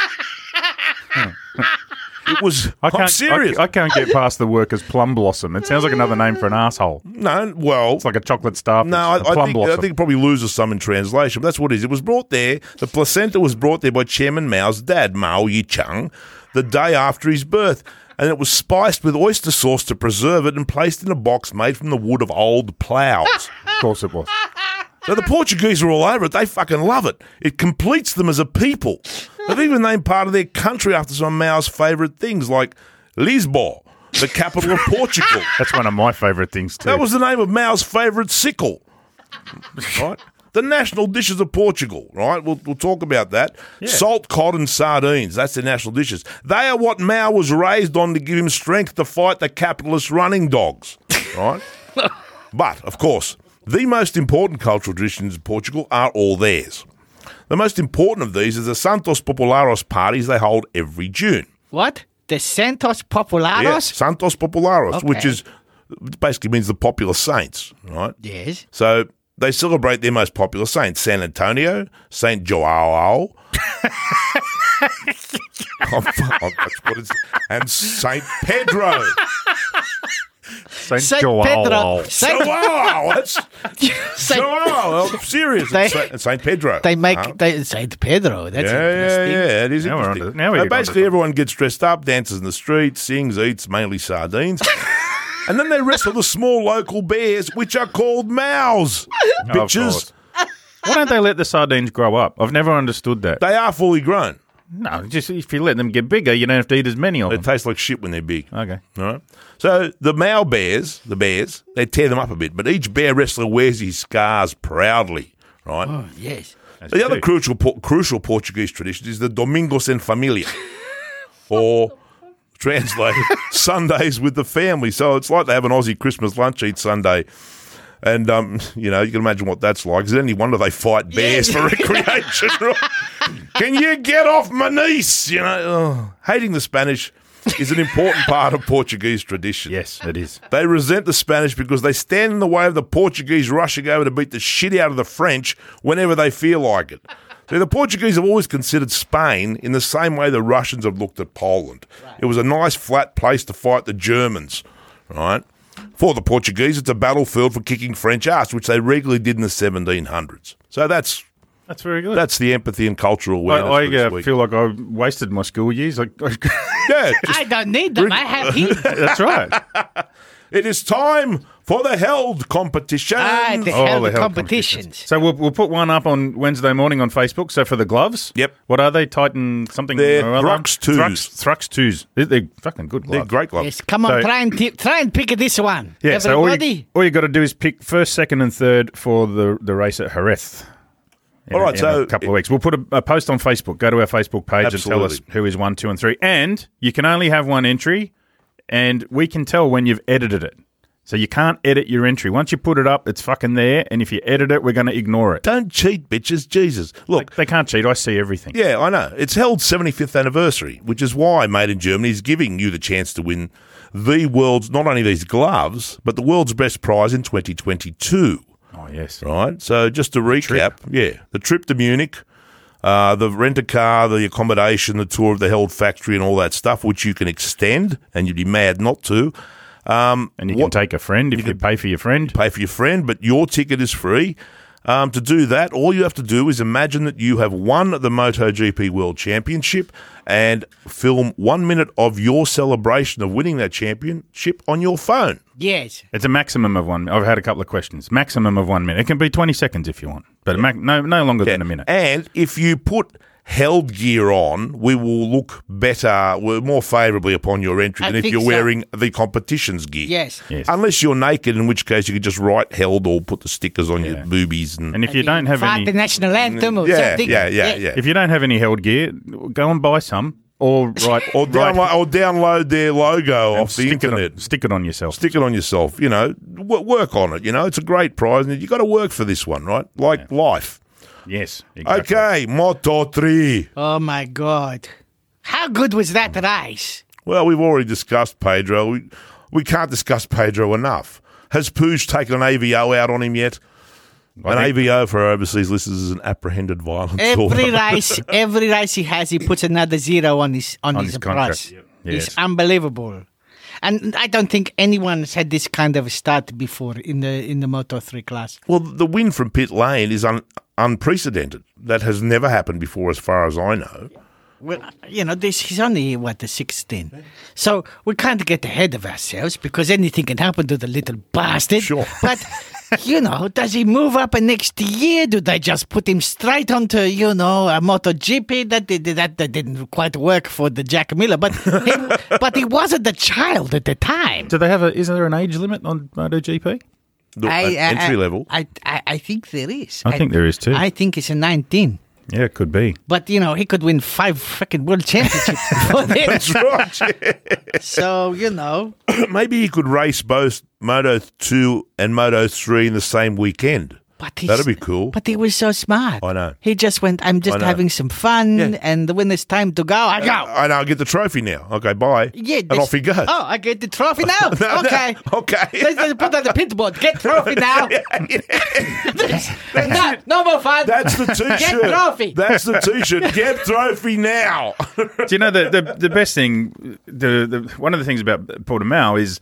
Speaker 2: it was.
Speaker 1: I can't,
Speaker 2: I'm serious.
Speaker 1: I, I can't get past the workers plum blossom. It sounds like another name for an asshole. It's
Speaker 2: no, well,
Speaker 1: like a chocolate starfish.
Speaker 2: no.
Speaker 1: a
Speaker 2: I, I
Speaker 1: plum
Speaker 2: think
Speaker 1: blossom.
Speaker 2: I think it probably loses some in translation. But that's what it is. It was brought there. The placenta was brought there by Chairman Mao's dad, Mao Yichang, the day after his birth. And it was spiced with oyster sauce to preserve it and placed in a box made from the wood of old ploughs.
Speaker 1: of course it was.
Speaker 2: So the Portuguese are all over it. They fucking love it. It completes them as a people. They've even named part of their country after some of Mao's favourite things, like Lisboa, the capital of Portugal.
Speaker 1: That's one of my favourite things too.
Speaker 2: That was the name of Mao's favourite sickle, right? The national dishes of Portugal, right? We'll, we'll talk about that. Salt, cod, and sardines. That's the national dishes. They are what Mao was raised on to give him strength to fight the capitalist running dogs, right? but, of course, the most important cultural traditions in Portugal are all theirs. The most important of these is the Santos Popularos parties they hold every June.
Speaker 3: What? The Santos
Speaker 2: Yeah,
Speaker 3: Popularos?
Speaker 2: Santos Popularos, which
Speaker 3: Okay.
Speaker 2: is basically means the popular saints, right?
Speaker 3: Yes.
Speaker 2: So they celebrate their most popular saints, San Antonio, Saint Joao. I'm- I'm- oh, that's what it's- and Saint Pedro.
Speaker 1: Saint,
Speaker 3: Saint
Speaker 1: Joao.
Speaker 3: Pedro. Saint,
Speaker 2: Joao. That's
Speaker 3: Saint,
Speaker 2: Joao. I'm serious.
Speaker 3: They-
Speaker 2: and Saint, and Saint Pedro.
Speaker 3: they make
Speaker 2: Huh?
Speaker 3: they, Saint Pedro.
Speaker 2: yeah,
Speaker 3: That's
Speaker 2: yeah,
Speaker 3: interesting.
Speaker 2: yeah. It is
Speaker 1: Now we're
Speaker 2: interesting.
Speaker 1: onto- now we're
Speaker 2: So
Speaker 1: getting onto
Speaker 2: basically, everyone gets dressed up, dances in the street, sings, eats mainly sardines. and then they wrestle the small local bears, which are called mows. Bitches.
Speaker 1: course. Why don't they let the sardines grow up? I've never understood that.
Speaker 2: They are fully grown.
Speaker 1: No, just if you let them get bigger, you don't have to eat as many of
Speaker 2: They
Speaker 1: them.
Speaker 2: taste like shit when they're big.
Speaker 1: Okay.
Speaker 2: All right. So the Mao bears, the bears, they tear them up a bit, but each bear wrestler wears his scars proudly. Right.
Speaker 3: Oh, yes.
Speaker 2: the other
Speaker 1: do.
Speaker 2: crucial por- crucial Portuguese tradition is the Domingos en Familia, or translated Sundays with the family. So it's like they have an Aussie Christmas lunch each Sunday. And um, you know you can imagine what that's like. Is it any wonder they fight bears for recreation? right? can you get off my niece? You know, oh, hating the Spanish is an important part of Portuguese tradition.
Speaker 1: Yes, it is.
Speaker 2: They resent the Spanish because they stand in the way of the Portuguese rushing over to beat the shit out of the French whenever they feel like it. See, the Portuguese have always considered Spain in the same way the Russians have looked at Poland. It was a nice flat place to fight the Germans, right? For the Portuguese, it's a battlefield for kicking French ass, which they regularly did in the 1700s. So that's
Speaker 1: That's very good.
Speaker 2: that's the empathy and cultural
Speaker 1: I,
Speaker 2: awareness.
Speaker 1: I
Speaker 2: for this
Speaker 1: uh,
Speaker 2: week.
Speaker 1: feel like I wasted my school years. Like,
Speaker 2: yeah,
Speaker 3: I don't need them. I have him.
Speaker 1: that's right.
Speaker 2: It is time for the held competition.
Speaker 3: Ah, the
Speaker 1: Oh,
Speaker 3: hell
Speaker 1: the
Speaker 3: the
Speaker 1: hell
Speaker 3: competitions.
Speaker 1: So we'll, we'll put one up on Wednesday morning on Facebook. So for the gloves,
Speaker 2: Yep.
Speaker 1: What are they? Titan something.
Speaker 2: They're
Speaker 1: or other?
Speaker 2: Thrux 2s.
Speaker 1: Thrux, Thrux twos. They're, they're fucking good
Speaker 2: They're
Speaker 1: gloves.
Speaker 2: great gloves.
Speaker 3: Yes, come on,
Speaker 1: So-
Speaker 3: try and t- try and pick this one.
Speaker 1: Yeah. So all
Speaker 3: Everybody,
Speaker 1: you, all you got to do is pick first, second, and third for the the race at Jerez. In
Speaker 2: All
Speaker 1: a-
Speaker 2: right,
Speaker 1: in
Speaker 2: so-
Speaker 1: a couple of weeks, we'll put a, a post on Facebook. Go to our Facebook page and tell us
Speaker 2: Absolutely.
Speaker 1: who is one, two, and three. And you can only have one entry, and we can tell when you've edited it. So you can't edit your entry. Once you put it up, it's fucking there. And if you edit it, we're going to ignore it.
Speaker 2: Don't cheat, bitches. Jesus. Look,
Speaker 1: They can't cheat. I see everything.
Speaker 2: Yeah, I know. It's held 75th anniversary, which is why Made in Germany is giving you the chance to win the world's, not only these gloves, but the world's best prize in 2022,
Speaker 1: Oh yes.
Speaker 2: right? So just to recap, yeah, the trip to Munich, uh, the rent a car, the accommodation, the tour of the held factory and all that stuff, which you can extend and you'd be mad not to.
Speaker 1: And you
Speaker 2: What-
Speaker 1: can take a friend if you, pay for your friend.
Speaker 2: pay for your friend, but your ticket is free. Um, to do that, all you have to do is imagine that you have won the MotoGP World Championship and film one minute of your celebration of winning that championship on your phone.
Speaker 3: yes.
Speaker 1: It's a maximum of one. I've had a couple of questions. Maximum of one minute. It can be twenty seconds if you want, but ma- no, no longer than a minute.
Speaker 2: And if you put held gear on, we will look better, we're more favourably upon your entry
Speaker 3: I
Speaker 2: than if
Speaker 3: think
Speaker 2: you're
Speaker 3: so.
Speaker 2: wearing the competition's gear.
Speaker 3: Yes.
Speaker 1: Yes.
Speaker 2: Unless you're naked, in which case you could just write held or put the stickers on your boobies. And,
Speaker 1: And if you don't have
Speaker 3: Fight the
Speaker 1: any,
Speaker 3: national anthem or
Speaker 2: yeah,
Speaker 3: Oh, something.
Speaker 2: yeah, yeah, yeah.
Speaker 1: if you don't have any held gear, go and buy some or right
Speaker 2: or,
Speaker 1: right,
Speaker 2: download, or download their logo off the
Speaker 1: stick it,
Speaker 2: internet.
Speaker 1: on, stick it on yourself.
Speaker 2: Stick it on yourself. You know, w- work on it. You know, it's a great prize, and you got to work for this one, right? Like life.
Speaker 1: yes. Exactly.
Speaker 2: Okay, motto three.
Speaker 3: Oh my god, how good was that race?
Speaker 2: Well, we've already discussed Pedro. We, we can't discuss Pedro enough. Has Pooj taken an AVO out on him yet? An AVO for our overseas listeners is an apprehended violence
Speaker 3: Every
Speaker 2: order.
Speaker 3: race, every race he has, he puts another zero on his on,
Speaker 1: On
Speaker 3: his,
Speaker 1: his
Speaker 3: price.
Speaker 1: contract. Yep.
Speaker 3: It's
Speaker 1: Yes.
Speaker 3: unbelievable, and I don't think anyone has had this kind of start before in the in the Moto three class.
Speaker 2: Well, the win from pit lane is un- unprecedented. That has never happened before, as far as I know.
Speaker 3: Well, you know, this he's only what the sixteen, so we can't get ahead of ourselves because anything can happen to the little bastard.
Speaker 2: Sure.
Speaker 3: but you know, does he move up and next year? Do they just put him straight onto you know a MotoGP? That did- that that didn't quite work for the Jack Miller, but he, but he wasn't a child at the time.
Speaker 1: Do they have a? Is there an age limit on MotoGP?
Speaker 2: The, at
Speaker 3: uh,
Speaker 2: entry level.
Speaker 3: I, I I think there is.
Speaker 1: I think there is too.
Speaker 3: I think it's a nineteen.
Speaker 1: yeah, it could be.
Speaker 3: But you know he could win five fucking world championships for this.
Speaker 2: That's right. yeah.
Speaker 3: So you know
Speaker 2: Maybe he could race both Moto 2 and Moto 3 in the same weekend.
Speaker 3: But he's-
Speaker 2: That'd be cool.
Speaker 3: But he was so smart.
Speaker 2: I know.
Speaker 3: He just went, I'm just
Speaker 2: know.
Speaker 3: having some fun, and when it's time to go, I go.
Speaker 2: I know, I'll get the trophy now. Okay, bye.
Speaker 3: Oh. yeah,
Speaker 2: and
Speaker 3: this-
Speaker 2: off he goes.
Speaker 3: Oh, I get the trophy now.
Speaker 2: No, no,
Speaker 3: okay.
Speaker 2: okay.
Speaker 3: Let's just put on the pit board. Get trophy now. no, no more fun.
Speaker 2: That's the t-shirt.
Speaker 3: trophy.
Speaker 2: That's the t-shirt. Get trophy now.
Speaker 1: Do you know the, the the best thing? The, the one of the things about Portimao is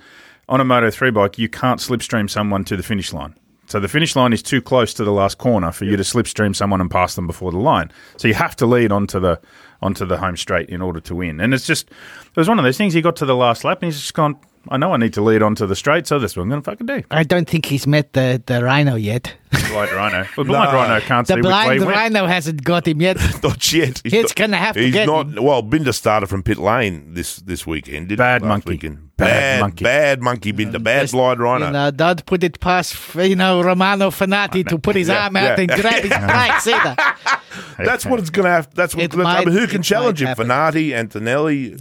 Speaker 1: on a Moto three bike, you can't slipstream someone to the finish line. So the finish line is too close to the last corner for you to slipstream someone and pass them before the line. So you have to lead onto the onto the home straight in order to win. And it's just it was one of those things. He got to the last lap and he's just gone. I know I need to lead onto the straight, so that's what I'm going to fucking do.
Speaker 3: I don't think he's met the, the rhino yet.
Speaker 1: Blind rhino. Well, blind
Speaker 2: No.
Speaker 1: rhino can't
Speaker 3: The
Speaker 1: see which way
Speaker 3: blind
Speaker 1: he went.
Speaker 3: rhino hasn't got him yet.
Speaker 2: not yet. He's
Speaker 3: He's
Speaker 2: not-
Speaker 3: gonna have to
Speaker 2: He's
Speaker 3: get
Speaker 2: not.
Speaker 3: him.
Speaker 2: Well, Binder started from pit lane this this weekend. Didn't
Speaker 1: Bad
Speaker 2: he, last
Speaker 1: monkey.
Speaker 2: Weekend.
Speaker 1: Bad
Speaker 2: Bad,
Speaker 1: monkey.
Speaker 2: Bad monkey Binder. Bad blind rhino.
Speaker 3: Mm, You know, don't put it past, you know, Romano Fanati to put his arm
Speaker 2: yeah.
Speaker 3: out and grab his price either.
Speaker 2: That's what it's going to have. That's what.
Speaker 3: It
Speaker 2: That's, I
Speaker 3: might-
Speaker 2: mean, who can
Speaker 3: it
Speaker 2: challenge him?
Speaker 3: might happen.
Speaker 2: Fanati, Antonelli,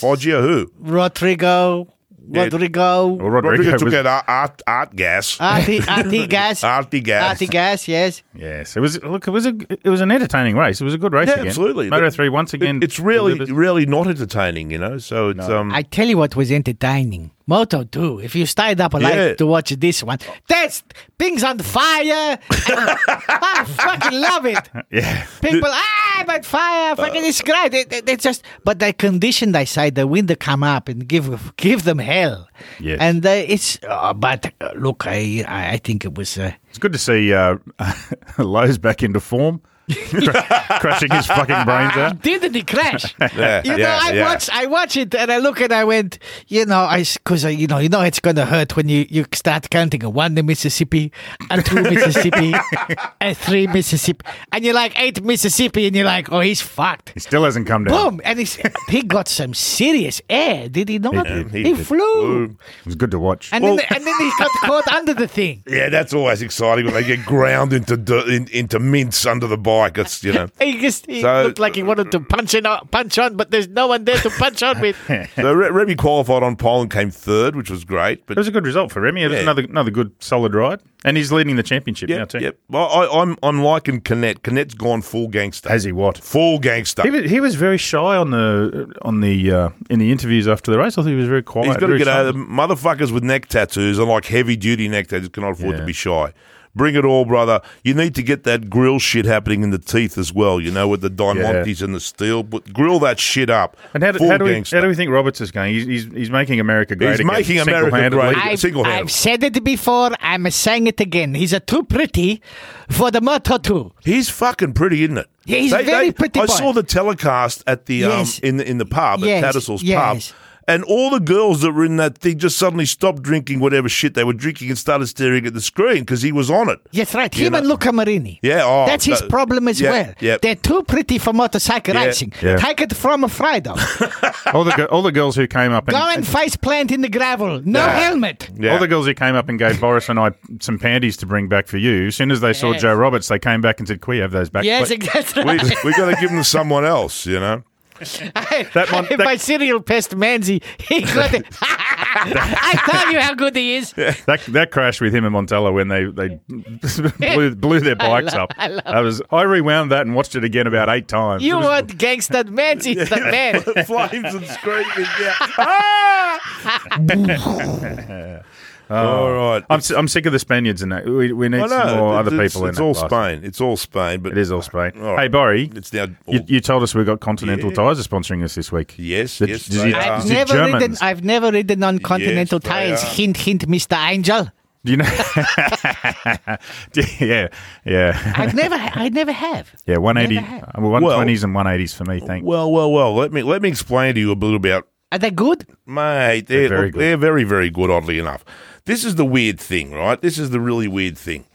Speaker 2: Massia, Foggia, who?
Speaker 3: Rodrigo, Rodrigo, Ah,
Speaker 1: Well,
Speaker 2: Rodrigo,
Speaker 1: Rodrigo
Speaker 2: took
Speaker 1: was-
Speaker 2: out art, art, art gas.
Speaker 3: Arti, Arti Gas,
Speaker 2: Arty Ah, gas.
Speaker 3: Arti Gas, yes.
Speaker 1: Yes, it was. Look, it was a. It was an entertaining race. It was a good race
Speaker 2: Yeah,
Speaker 1: again.
Speaker 2: absolutely.
Speaker 1: Moto
Speaker 2: It-
Speaker 1: three once again.
Speaker 2: It's really,
Speaker 1: delivers.
Speaker 2: really not entertaining, you know. So it's um.
Speaker 3: I tell you what was entertaining. Moto 2. If you stayed up late
Speaker 2: Yeah.
Speaker 3: to watch this one, that's things on fire. Ah, I fucking love it.
Speaker 1: Yeah.
Speaker 3: People, ah, but fire, fucking, it's great. It, it- it's just, but the condition they say the window come up and give give them hell.
Speaker 1: Yes.
Speaker 3: And uh, it's, uh, but uh, look, I I I think it was. Uh,
Speaker 1: It's good to see uh, Lowe's back into form. crashing his fucking brains out.
Speaker 3: Didn't he crash?
Speaker 2: Yeah,
Speaker 3: you know,
Speaker 2: yeah,
Speaker 3: I
Speaker 2: yeah.
Speaker 3: watch, I watch it, and I look and I went, you know, I because you know, you know, it's gonna hurt when you you start counting one Mississippi and two Mississippi and three Mississippi, and you're like eight Mississippi, and you're like, oh, he's fucked.
Speaker 1: He still hasn't come down.
Speaker 3: Boom, and he's, he got some serious air, did he not?
Speaker 2: did.
Speaker 3: He,
Speaker 2: He did.
Speaker 3: flew,
Speaker 1: It was good to watch.
Speaker 3: and then and then he got caught under the thing.
Speaker 2: Yeah, that's always exciting when they get ground into dirt, in, into mints under the bike. It's you know.
Speaker 3: He just he
Speaker 2: So-
Speaker 3: looked like he wanted to punch in, punch on, but there's no one there to punch on with.
Speaker 2: So Re- Remy qualified on pole and came third, which was great.
Speaker 1: It
Speaker 2: But
Speaker 1: was a good result for Remy. It was
Speaker 2: Yeah.
Speaker 1: another another good solid ride, and he's leading the championship now
Speaker 2: yep,
Speaker 1: too.
Speaker 2: yep. Well, I, I'm I'm liking Canet. Canet's gone full gangster.
Speaker 1: Has he what?
Speaker 2: full gangster.
Speaker 1: He was, he was very shy on the on the uh, in the interviews after the race. I thought he was very quiet.
Speaker 2: He's got to
Speaker 1: very
Speaker 2: get
Speaker 1: silent.
Speaker 2: over the motherfuckers with neck tattoos and like heavy duty neck tattoos cannot afford
Speaker 1: Yeah.
Speaker 2: to be shy. Bring it all, brother. You need to get that grill shit happening in the teeth as well, you know, with the diamantes and the steel. But grill that shit up.
Speaker 1: And how do,
Speaker 2: Full
Speaker 1: how, do we,
Speaker 2: gangster.
Speaker 1: how do we think Roberts is going? He's, he's, he's making America great
Speaker 2: He's
Speaker 1: again.
Speaker 2: making America
Speaker 1: single-handedly.
Speaker 2: great.
Speaker 3: I've,
Speaker 2: single-handed.
Speaker 3: I've said it before. I'm saying it again. He's a too pretty for the motor too.
Speaker 2: He's fucking pretty, isn't it?
Speaker 3: Yeah, he's a very pretty
Speaker 2: I
Speaker 3: boy.
Speaker 2: saw the telecast at the
Speaker 3: Yes.
Speaker 2: um, in the in the pub
Speaker 3: Yes,
Speaker 2: at Tattersall's
Speaker 3: yes.
Speaker 2: pub, and all the girls that were in that thing just suddenly stopped drinking whatever shit they were drinking and started staring at the screen because he was on it.
Speaker 3: Yes, right.
Speaker 2: You
Speaker 3: Him
Speaker 2: know-
Speaker 3: and Luca Marini.
Speaker 2: Yeah, oh,
Speaker 3: That's his
Speaker 2: no,
Speaker 3: problem as
Speaker 2: yeah,
Speaker 3: well.
Speaker 2: yeah.
Speaker 3: They're too pretty for motorcycle
Speaker 2: Yeah,
Speaker 3: racing.
Speaker 1: yeah.
Speaker 3: Take it from a Friday.
Speaker 1: all, the, gi- all the girls who came up and,
Speaker 3: Go and face plant in the gravel. No helmet.
Speaker 2: Yeah.
Speaker 1: all the girls who came up and gave Boris and I some panties to bring back for you. As soon as they saw
Speaker 3: Yes.
Speaker 1: Joe Roberts, they came back and said, "Can we have those back?"
Speaker 3: Yes,
Speaker 1: please?"
Speaker 3: exactly.
Speaker 2: we we got to give them to someone else, you know.
Speaker 1: that one- that-
Speaker 3: my serial pest Manzi, he got it. I tell you how good he is.
Speaker 1: That that crash with him and Montella when they they blew, blew their bikes
Speaker 3: love-
Speaker 1: up.
Speaker 3: I love-
Speaker 1: I was I rewound that and watched it again about eight times.
Speaker 3: You
Speaker 1: It was-
Speaker 3: want gangster Manzi's the man.
Speaker 2: Flames and screaming. Yeah. Ah! All right.
Speaker 1: I'm, s- I'm sick of the Spaniards in that. We, we need
Speaker 2: I
Speaker 1: some
Speaker 2: know,
Speaker 1: more
Speaker 2: it's-
Speaker 1: other
Speaker 2: it's-
Speaker 1: people
Speaker 2: It's
Speaker 1: in
Speaker 2: all
Speaker 1: that class.
Speaker 2: Spain. It's all Spain. But
Speaker 1: It is all Spain.
Speaker 2: All right.
Speaker 1: Hey, Barry,
Speaker 2: It's now.
Speaker 1: you, you told us we got Continental
Speaker 2: Yeah.
Speaker 1: Tires are sponsoring us this week.
Speaker 2: Yes,
Speaker 1: Did-
Speaker 2: yes,
Speaker 1: did
Speaker 2: they
Speaker 1: you-
Speaker 2: are.
Speaker 1: did
Speaker 3: I've
Speaker 1: you
Speaker 3: never
Speaker 1: Germans-
Speaker 3: ridden. I've never ridden on continental
Speaker 2: they
Speaker 3: tires.
Speaker 2: are.
Speaker 3: Hint, hint, Mister Angel.
Speaker 1: Do you know? yeah, yeah,
Speaker 3: I've never. I never have.
Speaker 1: yeah. One eighty,
Speaker 3: Never had.
Speaker 1: one twenties and one eighties for me. Thank.
Speaker 2: well, well, well. Let me let me explain to you a little about
Speaker 3: Are they good?
Speaker 2: mate. They're,
Speaker 1: very
Speaker 2: look,
Speaker 1: good.
Speaker 2: they're very, very good. Oddly enough, this is the weird thing, right? This is the really weird thing.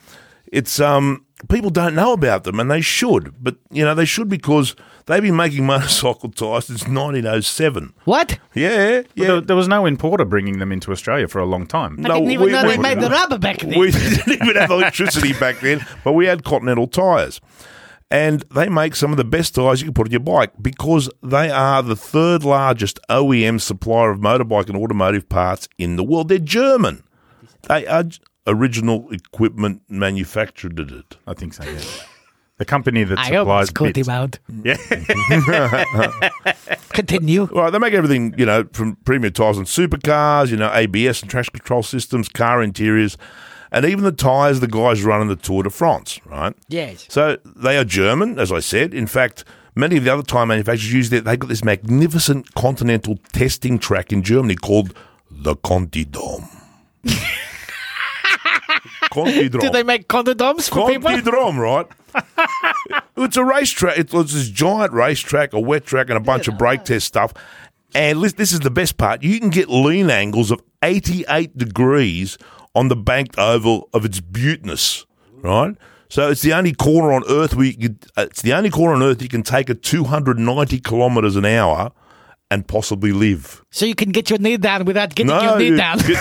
Speaker 2: It's um people don't know about them, and they should, but you know they should because they've been making motorcycle tires since 1907.
Speaker 3: What?
Speaker 2: Yeah, yeah.
Speaker 1: There, there was no importer bringing them into Australia for a long time.
Speaker 3: I didn't even
Speaker 2: Oh, we-
Speaker 3: know
Speaker 2: we-
Speaker 3: they made the rubber back then.
Speaker 2: We didn't even have electricity back then, but we had Continental tyres. And they make some of the best tyres you can put on your bike because they are the third largest OEM supplier of motorbike and automotive parts in the world. They're German. They are j- original equipment manufactured at it.
Speaker 1: I think so. Yeah. The company that
Speaker 3: I
Speaker 1: supplies
Speaker 3: almost called
Speaker 1: bits.
Speaker 3: him out. Yeah. Continue.
Speaker 2: Right, they make everything, you know, from premium tyres on supercars, you know, ABS and traction control systems, car interiors, and even the tyres the guys run in the Tour de France, right?
Speaker 3: Yes.
Speaker 2: So they are German, as I said. In fact, many of the other tyre manufacturers use that. They've got this magnificent continental testing track in Germany called the Conti Dome. Conti Dome.
Speaker 3: Do they make condoms for people?
Speaker 2: Conti Dome, right? it's a racetrack. It was this giant racetrack, a wet track, and a bunch of brake test stuff. And lis- this is the best part. You can get lean angles of 88 degrees on the banked oval of its buteness, right? So it's the only corner on earth we could, uh, it's the only corner on earth you can take at 290 kilometers an hour and possibly live.
Speaker 3: So you can get your knee down without getting your knee
Speaker 2: you-
Speaker 3: down.
Speaker 2: you-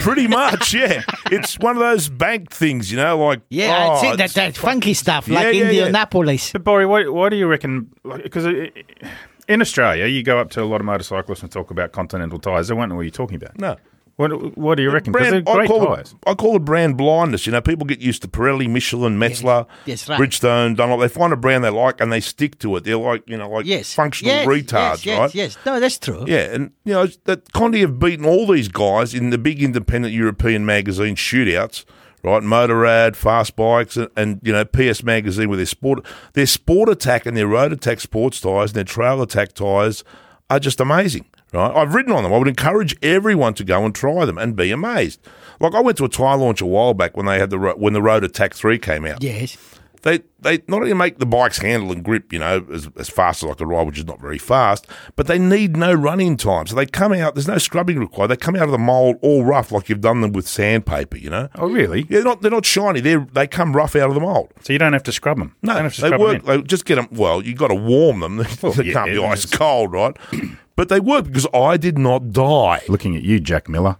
Speaker 2: pretty much, yeah. It's one of those banked things, you know, like
Speaker 3: yeah,
Speaker 2: oh,
Speaker 3: I see that,
Speaker 2: it's-
Speaker 3: that funky stuff
Speaker 2: Yeah,
Speaker 3: like
Speaker 2: yeah, yeah.
Speaker 3: Indianapolis.
Speaker 1: But Barry, why, why do you reckon? Because in Australia, you go up to a lot of motorcyclists and talk about continental tyres. They won't know what you're talking about.
Speaker 2: No.
Speaker 1: What, what do you reckon? Because they're
Speaker 2: Brand, I
Speaker 1: great
Speaker 2: call
Speaker 1: tyres.
Speaker 2: it, I call it brand blindness. You know, people get used to Pirelli, Michelin, Metzler,
Speaker 3: Yes, right.
Speaker 2: Bridgestone, Dunlop. They find a brand they like and they stick to it. They're like, you know, like
Speaker 3: Yes.
Speaker 2: functional
Speaker 3: yes,
Speaker 2: retards,
Speaker 3: yes, yes,
Speaker 2: right?
Speaker 3: Yes. No, that's true.
Speaker 2: Yeah, and you know that Condi have beaten all these guys in the big independent European magazine shootouts, right? Motorrad, Fast Bikes, and, and you know PS Magazine with their sport, their sport attack and their road attack sports tires and their trail attack tires are just amazing, right? I've ridden on them. I would encourage everyone to go and try them and be amazed. Like I went to a tire launch a while back when they had the ro- when the Road Attack Three came out.
Speaker 3: Yes.
Speaker 2: they they not only make the bike's handle and grip, you know, as, as fast as I could ride, which is not very fast, but they need no running time. So they come out. There's no scrubbing required. They come out of the mold all rough, like you've done them with sandpaper. You know.
Speaker 1: Oh, really?
Speaker 2: Yeah, they're not they're not shiny. They they come rough out of the mold.
Speaker 1: So you don't have to scrub them.
Speaker 2: No,
Speaker 1: don't have to
Speaker 2: they
Speaker 1: scrub 'em
Speaker 2: work.
Speaker 1: in. Oh,
Speaker 2: They just get them. Well, you got to warm them. they
Speaker 1: yeah,
Speaker 2: can't be
Speaker 1: yeah,
Speaker 2: ice cold, right? But they work because I did not die.
Speaker 1: Looking at you, Jack Miller.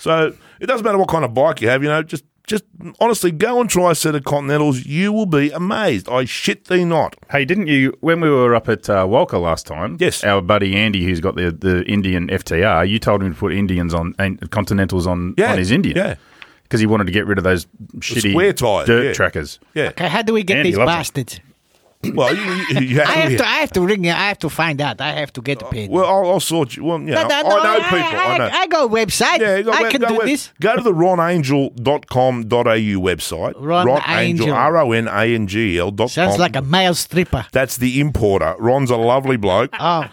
Speaker 2: So it doesn't matter what kind of bike you have, you know, just just honestly go and try a set of Continentals. You will be amazed. I shit thee not.
Speaker 1: Hey, didn't you when we were up at uh, Walker last time?
Speaker 2: Yes.
Speaker 1: Our buddy Andy, who's got the the Indian FTR, you told him to put Indians on and Continentals on
Speaker 2: Yeah,
Speaker 1: on his Indian,
Speaker 2: yeah.
Speaker 1: because he wanted to get rid of those shitty
Speaker 2: square tyres,
Speaker 1: dirt
Speaker 2: yeah.
Speaker 1: trackers.
Speaker 2: Yeah.
Speaker 3: Okay, how do we get
Speaker 1: Andy
Speaker 3: these
Speaker 1: loves it.
Speaker 3: bastards?
Speaker 2: Well, you, you, you have,
Speaker 3: I have
Speaker 2: to.
Speaker 3: to. I have to ring. I have to find out. I have to get paid.
Speaker 2: Oh, well, I'll, I'll sort you. Well, you know, I know people. I,
Speaker 3: I,
Speaker 2: know.
Speaker 3: I go website.
Speaker 2: yeah, go,
Speaker 3: I
Speaker 2: web-
Speaker 3: can
Speaker 2: go
Speaker 3: do
Speaker 2: web-
Speaker 3: this.
Speaker 2: Go to the ronangel.com.au website.
Speaker 3: Ron Angel.
Speaker 2: R O N A N G E L dot
Speaker 3: Sounds
Speaker 2: com.
Speaker 3: like a male stripper.
Speaker 2: That's the importer. Ron's a lovely bloke.
Speaker 3: Oh,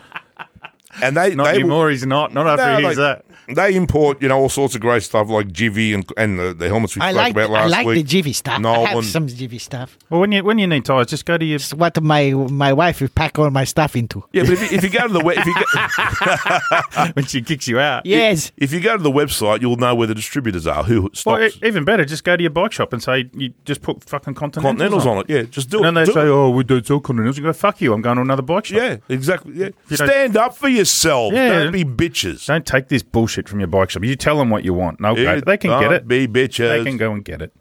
Speaker 2: And they,
Speaker 1: Not
Speaker 2: they will-
Speaker 1: anymore. he's not. Not after
Speaker 2: No,
Speaker 1: he hears
Speaker 2: like,
Speaker 1: that.
Speaker 2: They import, you know, all sorts of great stuff like Jivy and and the, the helmets we
Speaker 3: I
Speaker 2: spoke
Speaker 3: like.
Speaker 2: about
Speaker 3: I
Speaker 2: last
Speaker 3: like
Speaker 2: week.
Speaker 3: the jivvy stuff.
Speaker 2: No
Speaker 3: I have
Speaker 2: one-
Speaker 3: some jivvy stuff.
Speaker 1: Well, when you when you need tires, just go to your.
Speaker 3: It's what my my wife will pack all my stuff into.
Speaker 2: Yeah, but if you, if you go to the we- if you go,
Speaker 1: when she kicks you out.
Speaker 3: Yes.
Speaker 2: if you go to the website, you'll know where the distributors are, who stops
Speaker 1: Well, e- even better, just go to your bike shop and say you just put fucking continentals,
Speaker 2: Continentals on it. Yeah, just do it.
Speaker 1: And then they
Speaker 2: Do
Speaker 1: say,
Speaker 2: it.
Speaker 1: "Oh, we don't sell continentals." You go, "Fuck you! I'm going to another bike shop."
Speaker 2: Yeah, exactly. Yeah.
Speaker 1: you don't-
Speaker 2: Stand up for yourself.
Speaker 1: Yeah.
Speaker 2: Don't be bitches.
Speaker 1: Don't take this bullshit from your bike shop. You tell them what you want. No, okay.
Speaker 2: Yeah,
Speaker 1: they can get
Speaker 2: don't
Speaker 1: it.
Speaker 2: Be bitches.
Speaker 1: They can go and get it.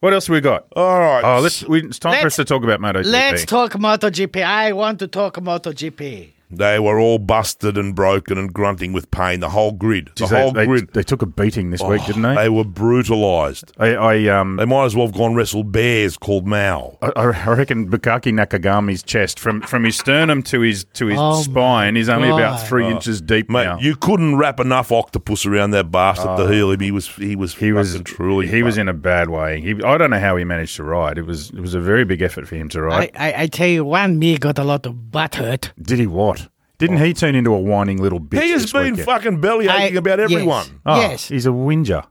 Speaker 1: What else we got? Oh,
Speaker 2: All right.
Speaker 1: let's. We, it's time for us to talk about MotoGP.
Speaker 3: Let's talk MotoGP. I want to talk MotoGP.
Speaker 2: They were all busted and broken and grunting with pain. The whole grid. The
Speaker 1: Jeez, they,
Speaker 2: whole
Speaker 1: they-
Speaker 2: grid.
Speaker 1: they took a beating this week, didn't they?
Speaker 2: They were brutalised.
Speaker 1: Oh, I, I um,
Speaker 2: They might as well have gone wrestle bears called Mao.
Speaker 1: I, I reckon Bukaki Nakagami's chest from from his sternum to his to his
Speaker 3: Oh, my
Speaker 1: spine is only about
Speaker 3: God.
Speaker 1: three inches deep
Speaker 2: Mate,
Speaker 1: now.
Speaker 2: you couldn't wrap enough octopus around that bastard to heal him. He was he was
Speaker 1: Uh, he was
Speaker 2: truly
Speaker 1: he was in a bad way. He, I don't know how he managed to ride. It was it was a very big effort for him to ride.
Speaker 3: I, I, I tell you, one me got a lot of butt hurt.
Speaker 1: Did he what? Didn't he turn into a whining little bitch?
Speaker 2: He has
Speaker 1: this
Speaker 2: been
Speaker 1: weekend?
Speaker 2: fucking belly
Speaker 3: I-
Speaker 2: aching about
Speaker 3: yes.
Speaker 2: everyone. Ah.
Speaker 1: Oh,
Speaker 3: yes.
Speaker 1: He's a whinger.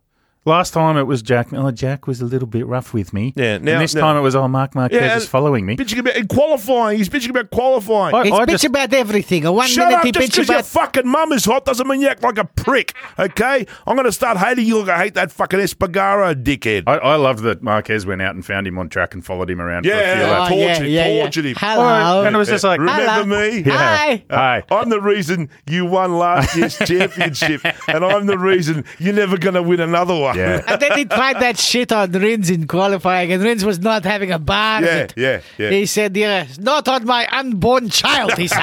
Speaker 1: Last time it was Jack. Oh, Jack was a little bit rough with me.
Speaker 2: Yeah, now-
Speaker 1: and this
Speaker 2: now-
Speaker 1: time it was, oh, Mark Marquez
Speaker 2: and-
Speaker 1: is following me.
Speaker 2: Bitching about and qualifying. He's bitching about qualifying.
Speaker 1: I,
Speaker 3: It's
Speaker 1: I
Speaker 3: bitch
Speaker 1: just,
Speaker 3: about everything. A One
Speaker 2: Shut
Speaker 3: minute
Speaker 2: up!
Speaker 3: he
Speaker 2: Just
Speaker 3: bitch
Speaker 2: because your
Speaker 3: about.
Speaker 2: fucking mum is hot doesn't mean you act like a prick, okay? I'm going to start hating you like I hate that fucking Espargaro dickhead.
Speaker 1: I, I love that Marquez went out and found him on track and followed him around for a few
Speaker 2: Yeah.
Speaker 1: laps.
Speaker 2: Oh, tortured him, tortured him.
Speaker 3: Hello.
Speaker 1: and it was just like,
Speaker 2: Remember
Speaker 3: Hello.
Speaker 2: me?
Speaker 1: Yeah.
Speaker 3: Hi.
Speaker 1: Hi.
Speaker 2: Uh, I'm the reason you won last year's championship, and I'm the reason you're never going to win another one.
Speaker 1: Yeah.
Speaker 3: and then he tried that shit on Rins in qualifying, and Rins was not having a bar.
Speaker 2: Yeah, yeah, yeah.
Speaker 3: He said, yeah, not on my unborn child, he says.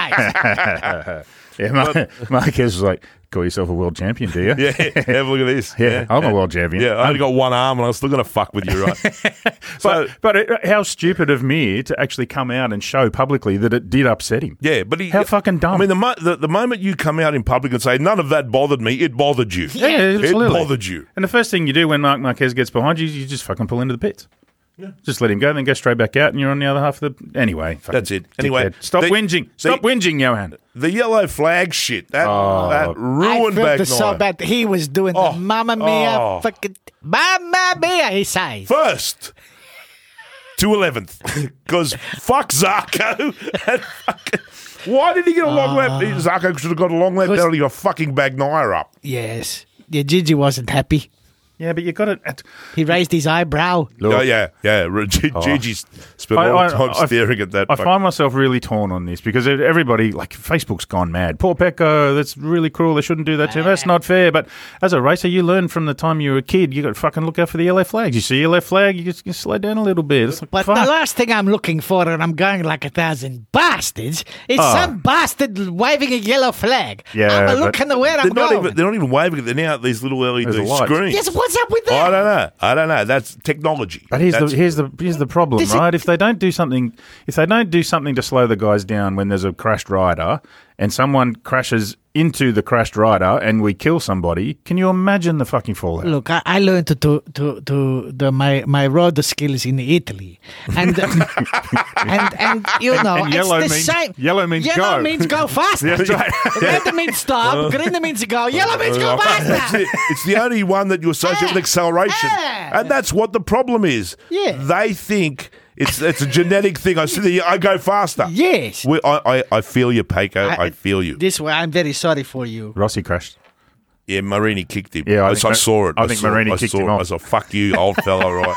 Speaker 1: yeah, Mar- Marquez was like, call yourself a world champion, do you?
Speaker 2: Yeah, have a look at this.
Speaker 1: Yeah, I'm a world champion.
Speaker 2: Yeah, I only got one arm and I'm still going to fuck with you, right? so,
Speaker 1: But, but it, how stupid of me to actually come out and show publicly that it did upset him.
Speaker 2: yeah, but he,
Speaker 1: How fucking dumb.
Speaker 2: I mean, the, mo- the the moment you come out in public and say none of that bothered me, it bothered you.
Speaker 1: Yeah, absolutely.
Speaker 2: it bothered you.
Speaker 1: And the first thing you do when Mark Marquez gets behind you, you just fucking pull into the pits. Just let him go, then go straight back out, and you're on the other half of the. Anyway, fucking
Speaker 2: That's it. Anyway,
Speaker 1: dickhead. stop
Speaker 2: they-
Speaker 1: whinging. Stop
Speaker 2: they-
Speaker 1: whinging, Johan.
Speaker 2: The yellow flag shit that
Speaker 1: Oh.
Speaker 2: that ruined
Speaker 3: I
Speaker 2: back
Speaker 3: felt it so
Speaker 2: nine.
Speaker 3: bad. He was doing
Speaker 2: Oh,
Speaker 3: the Mamma Mia
Speaker 2: oh.
Speaker 3: fucking Mamma Mia, he says.
Speaker 2: First to eleventh because fuck Zarko. and fucking- Why did he get a
Speaker 1: Ah.
Speaker 2: long lap? Zarko should have got a long lap.
Speaker 3: 'Cause-
Speaker 2: Down he got fucking Bagnaia up.
Speaker 3: Yes. Yeah, Gigi wasn't happy.
Speaker 1: Yeah, but you got it. At,
Speaker 3: He raised his eyebrow.
Speaker 1: Look, Oh.
Speaker 2: Oh yeah, yeah. G- Gigi spent
Speaker 1: I-
Speaker 2: all
Speaker 1: I-
Speaker 2: the time
Speaker 1: I-
Speaker 2: staring at that.
Speaker 1: I
Speaker 2: fucking-
Speaker 1: find myself really torn on this because everybody, like Facebook's gone mad. Poor Pecco, that's really cruel. They shouldn't do that to him. That's not fair. But as a racer, you learn from the time you were a kid. You got to fucking look out for the yellow flags. You see a yellow flag, you just you slow down a little bit. It's like,
Speaker 3: But
Speaker 1: fuck.
Speaker 3: the last thing I'm looking for, and I'm going like a thousand bastards, is
Speaker 2: Ah.
Speaker 3: some bastard waving a yellow flag.
Speaker 1: Yeah,
Speaker 3: I'm
Speaker 1: but
Speaker 3: looking at where I'm
Speaker 2: They're not
Speaker 3: going.
Speaker 2: even. They're not even waving it. They're now at these little LED
Speaker 1: There's a light.
Speaker 2: screens.
Speaker 3: yes, what's up with
Speaker 2: Oh, I
Speaker 3: that?
Speaker 2: don't know. I don't know. That's technology.
Speaker 1: But here's the,
Speaker 2: That's-
Speaker 1: here's the here's the problem,
Speaker 3: This is-
Speaker 1: right? If they don't do something, if they don't do something to slow the guys down when there's a crashed rider, and someone crashes into the crashed rider and we kill somebody, can you imagine the fucking fallout?
Speaker 3: Look, I, I learned to to to, to the, my my road skills in Italy, and and and you know
Speaker 1: And yellow
Speaker 3: it's the
Speaker 1: means-
Speaker 3: same.
Speaker 1: yellow means
Speaker 3: yellow
Speaker 1: go.
Speaker 3: means go faster.
Speaker 1: That's right. Uh.
Speaker 3: Red means stop. Green means go. Yellow means go
Speaker 2: That's
Speaker 3: faster.
Speaker 2: it. Oh, It's the only one that you associate with acceleration.
Speaker 3: Yeah.
Speaker 2: And that's what the problem is.
Speaker 3: Yeah.
Speaker 2: They think it's it's a genetic thing. I see the, I go faster.
Speaker 3: Yes.
Speaker 2: We, I, I, I feel you, Paco. I,
Speaker 3: I-
Speaker 2: feel you.
Speaker 3: This way, I'm very sorry for you.
Speaker 1: Rossi crashed.
Speaker 2: Yeah, Marini kicked him.
Speaker 1: Yeah, I
Speaker 2: I,
Speaker 1: think
Speaker 2: I
Speaker 1: Ma-
Speaker 2: saw it.
Speaker 1: I think
Speaker 2: saw it.
Speaker 1: Marini
Speaker 2: I
Speaker 1: kicked
Speaker 2: saw
Speaker 1: him
Speaker 2: it.
Speaker 1: off.
Speaker 2: I said, "Fuck you, old fella!" Right?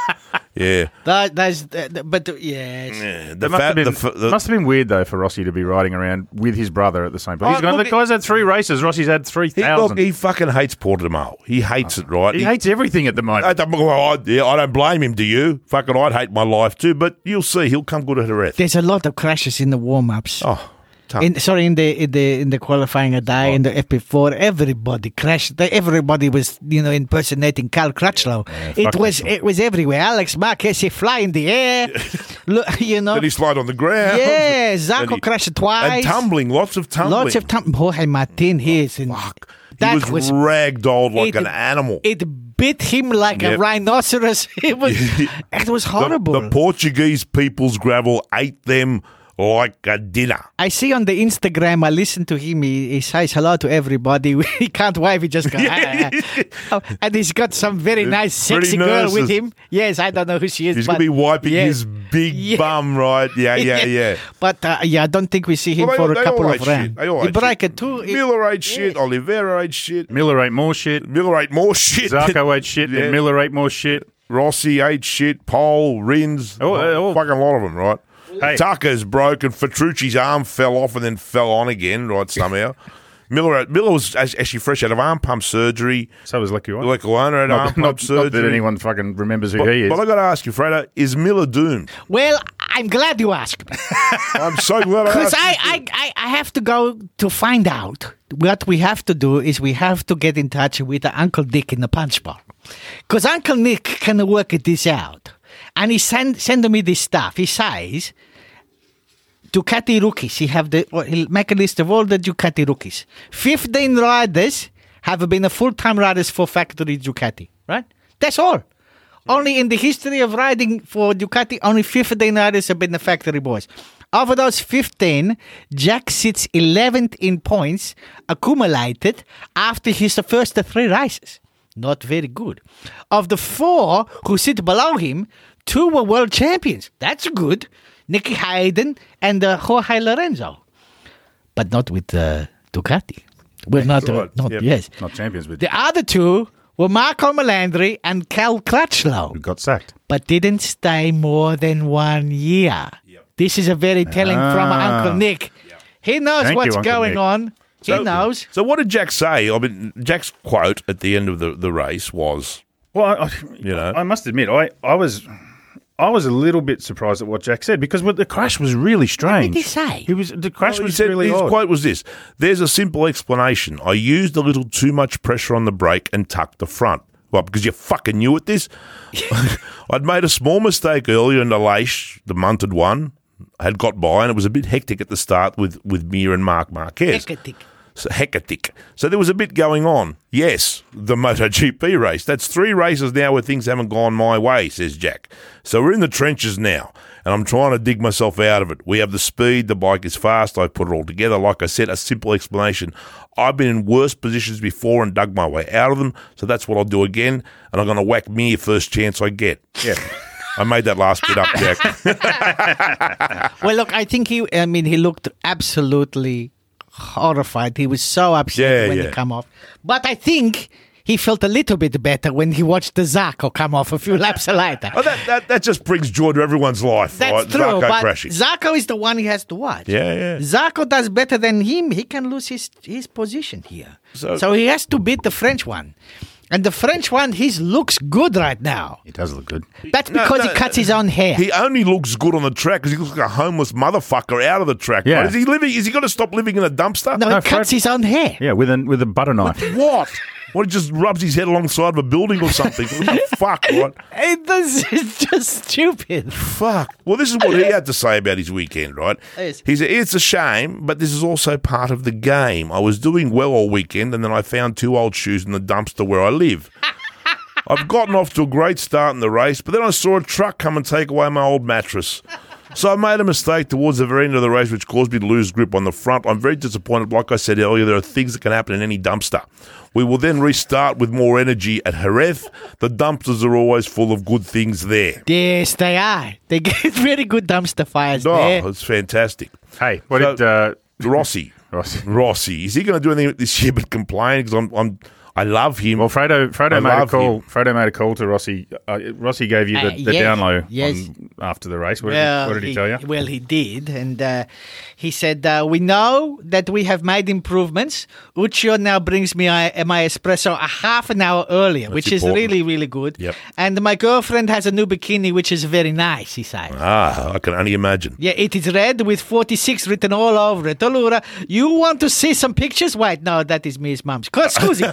Speaker 2: Yeah.
Speaker 3: That that's that, but yes.
Speaker 2: Yeah, The
Speaker 1: It must,
Speaker 2: fa-
Speaker 1: have been,
Speaker 2: the fa- the-
Speaker 1: must have been weird though for Rossi to be riding around with his brother at the same time.
Speaker 2: Oh,
Speaker 1: He's going,
Speaker 2: look,
Speaker 1: the guy's had three races. Rossi's had three
Speaker 2: he, look,
Speaker 1: thousand. He,
Speaker 2: he fucking hates Portimao. He hates it, right? He-
Speaker 1: hates everything at the moment.
Speaker 2: I don't, well, I, yeah, I don't blame him. Do you? Fucking, I'd hate my life too. But you'll see, he'll come good at her earth.
Speaker 3: There's a lot of crashes in the warm ups.
Speaker 2: Oh, tough.
Speaker 3: In, sorry, in the in the in the qualifying, a die in the
Speaker 2: Oh.
Speaker 3: FP4, everybody crashed. They- Everybody was you know impersonating Carl Crutchlow. it
Speaker 1: fuck
Speaker 3: was
Speaker 1: myself.
Speaker 3: it was everywhere. Alex Marquez, he fly in the air, Look, you know.
Speaker 2: then he slide on the ground.
Speaker 3: Yeah,
Speaker 2: Then
Speaker 3: Zarco
Speaker 2: he-
Speaker 3: crashed
Speaker 2: And
Speaker 3: twice.
Speaker 2: tumbling, lots of tumbling.
Speaker 3: Lots of tumbling. Jorge Martin, he is in. Fuck. That
Speaker 2: Oh, he was, ragdolled like
Speaker 3: it-
Speaker 2: an animal.
Speaker 3: It bit him like a
Speaker 2: Yep.
Speaker 3: rhinoceros. It was it was
Speaker 2: The-
Speaker 3: horrible.
Speaker 2: The, Portuguese people's gravel ate them like a dinner.
Speaker 3: I see on the Instagram. I listen to him. He, he says hello to everybody. he can't wife. He just goes, ah, ah, ah. Oh, and he's got some very nice,
Speaker 2: Pretty
Speaker 3: sexy girl with
Speaker 2: nurses.
Speaker 3: him. Yes, I don't know who she is.
Speaker 2: He's
Speaker 3: but
Speaker 2: gonna be wiping
Speaker 3: yeah.
Speaker 2: his big
Speaker 3: Yeah.
Speaker 2: bum, right? Yeah, yeah, yeah.
Speaker 3: But uh, yeah, I don't think we see him
Speaker 2: Well, they all-
Speaker 3: for
Speaker 2: they
Speaker 3: a
Speaker 2: all
Speaker 3: couple
Speaker 2: ate
Speaker 3: of
Speaker 2: shit.
Speaker 3: rounds.
Speaker 2: They all ate
Speaker 3: Ibrahim
Speaker 2: shit.
Speaker 3: too. he-
Speaker 2: Miller ate shit. Oliveira ate shit.
Speaker 1: Miller ate more shit.
Speaker 2: Miller ate more shit.
Speaker 1: Zarco ate shit.
Speaker 2: Yeah.
Speaker 1: Then Miller ate more shit.
Speaker 2: Rossi ate shit. Pole, Rins,
Speaker 1: Oh, uh, oh.
Speaker 2: fucking lot of them, right?
Speaker 1: Hey.
Speaker 2: Tucker's broke and Petrucci's arm fell off and then fell on again, right? Somehow. Miller, Miller was act- actually fresh out of arm pump surgery.
Speaker 1: So was Lucky One.
Speaker 2: Like Lana had arm
Speaker 1: not,
Speaker 2: pump
Speaker 1: not, not
Speaker 2: surgery.
Speaker 1: that anyone fucking remembers who
Speaker 2: but,
Speaker 1: he is.
Speaker 2: but I got to ask you, Fredo, is Miller doomed?
Speaker 3: Well, I'm glad you asked.
Speaker 2: I'm so glad I
Speaker 3: Because
Speaker 2: asked.
Speaker 3: I, I, I, I have to go to find out. What we have to do is we have to get in touch with Uncle Dick in the punch bar. Because Uncle Nick can work this out. And he send, send me this stuff. He says, Ducati rookies. He have the, or he'll make a list of all the Ducati rookies. 15 riders have been full-time riders for factory Ducati, right? That's all. Only in the history of riding for Ducati, only 15 riders have been the factory boys. Out Of those 15, Jack sits 11th in points accumulated after his first three races. Not very good. Of the four who sit below him, two were world champions. That's good. Nicky Hayden and uh, Jorge Lorenzo, but not with uh, Ducati. We're not, uh,
Speaker 2: God.
Speaker 3: not
Speaker 2: Yep.
Speaker 3: yes.
Speaker 1: not champions, but
Speaker 3: The other two were Marco Melandri and Cal Crutchlow,
Speaker 1: got sacked.
Speaker 3: but didn't stay more than one year. This is a very telling from
Speaker 1: Ah.
Speaker 3: Uncle Nick. He knows
Speaker 1: Thank you,
Speaker 3: what's
Speaker 1: Uncle
Speaker 3: going
Speaker 1: Nick.
Speaker 3: on. He knows.
Speaker 2: So what did Jack say? I mean, Jack's quote at the end of the, the race was,
Speaker 1: Well, I, I,
Speaker 2: You know.
Speaker 1: I must admit, I, I was. I was a little bit surprised at what Jack said because what- the crash was really strange.
Speaker 3: he say?
Speaker 1: He was the crash
Speaker 2: he
Speaker 1: was
Speaker 2: said,
Speaker 1: Oh, really
Speaker 2: his
Speaker 1: odd.
Speaker 2: quote was this, there's a simple explanation. I used a little too much pressure on the brake and tucked the front. Well, because you fucking knew at this. I'd made a small mistake earlier in the lace, the munted one, had got by and it was a bit hectic at the start with, with Mir and Mark Marquez.
Speaker 3: Hectic.
Speaker 2: So, hectic. So there was a bit going on. Yes, the MotoGP race. That's three races now where things haven't gone my way, says Jack. So we're in the trenches now, and I'm trying to dig myself out of it. We have the speed, the bike is fast, I put it all together. Like I said, a simple explanation. I've been in worse positions before and dug my way out of them, so that's what I'll do again, and I'm going to whack me first chance I get. Yeah. I made that last bit up, Jack.
Speaker 3: Well, look, I think he. I mean, he looked absolutely horrified. He was so upset
Speaker 2: Yeah,
Speaker 3: when
Speaker 2: yeah.
Speaker 3: he come off. But I think he felt a little bit better when he watched the Zarco come off a few laps later.
Speaker 2: Oh, that, that, that just brings joy to everyone's life.
Speaker 3: That's
Speaker 2: right?
Speaker 3: true,
Speaker 2: Zarco
Speaker 3: but
Speaker 2: crashing.
Speaker 3: Zarco is the one he has to watch.
Speaker 2: Yeah, yeah.
Speaker 3: Zarco does better than him. He can lose his, his position here.
Speaker 2: So-
Speaker 3: So, he has to beat the French one. And the French one, he looks good right now.
Speaker 1: it does look good.
Speaker 3: That's because
Speaker 2: no,
Speaker 3: he cuts his own hair.
Speaker 2: He only looks good on the track because he looks like a homeless motherfucker out of the track.
Speaker 1: Yeah.
Speaker 2: Right? Is he living? Is he going to stop living in a dumpster?
Speaker 3: no,
Speaker 1: no,
Speaker 3: he cuts
Speaker 1: Fred-
Speaker 3: his own hair.
Speaker 1: Yeah, with a with a butter knife.
Speaker 2: What? What he just rubs his head alongside of a building or something? What the fuck, right?
Speaker 3: It, this is just stupid.
Speaker 2: Fuck. Well, this is what he had to say about his weekend, right?
Speaker 3: Yes.
Speaker 2: He said, It's a shame, but this is also part of the game. I was doing well all weekend and then I found two old shoes in the dumpster where I live. I've gotten off to a great start in the race, but then I saw a truck come and take away my old mattress. So I made a mistake towards the very end of the race, which caused me to lose grip on the front. I'm very disappointed. Like I said earlier, there are things that can happen in any dumpster. We will then restart with more energy at Jerez. The dumpsters are always full of good things there.
Speaker 3: Yes, they are. They get very good dumpster fires
Speaker 2: Oh,
Speaker 3: there.
Speaker 2: it's fantastic.
Speaker 1: Hey, what
Speaker 2: So-
Speaker 1: did uh,
Speaker 2: Rossi.
Speaker 1: Rossi?
Speaker 2: Rossi. Is he going to do anything this year but complain? Because I'm, I'm, I love him. Oh,
Speaker 1: Well, Fredo,
Speaker 2: I
Speaker 1: Fredo made a
Speaker 2: love
Speaker 1: call. Fredo made a call to Rossi. Uh, Rossi gave you the,
Speaker 3: Uh,
Speaker 1: the
Speaker 3: yes,
Speaker 1: down low
Speaker 3: yes.
Speaker 1: on, after the race. What, did, he,
Speaker 3: Well,
Speaker 1: what did he, tell you?
Speaker 3: Well, he did, and uh, he said, uh, "We know that we have made improvements. Uccio now brings me uh, my espresso a half an hour earlier, which
Speaker 2: important.
Speaker 3: is really, really good.
Speaker 2: Yep.
Speaker 3: And my girlfriend has a new bikini, which is very nice." He said.
Speaker 2: ah, I can only imagine.
Speaker 3: Yeah, it is red with 46 written all over it. Allura, you want to see some pictures? Wait, no, that is Miss Mum's. Co- Excuse me.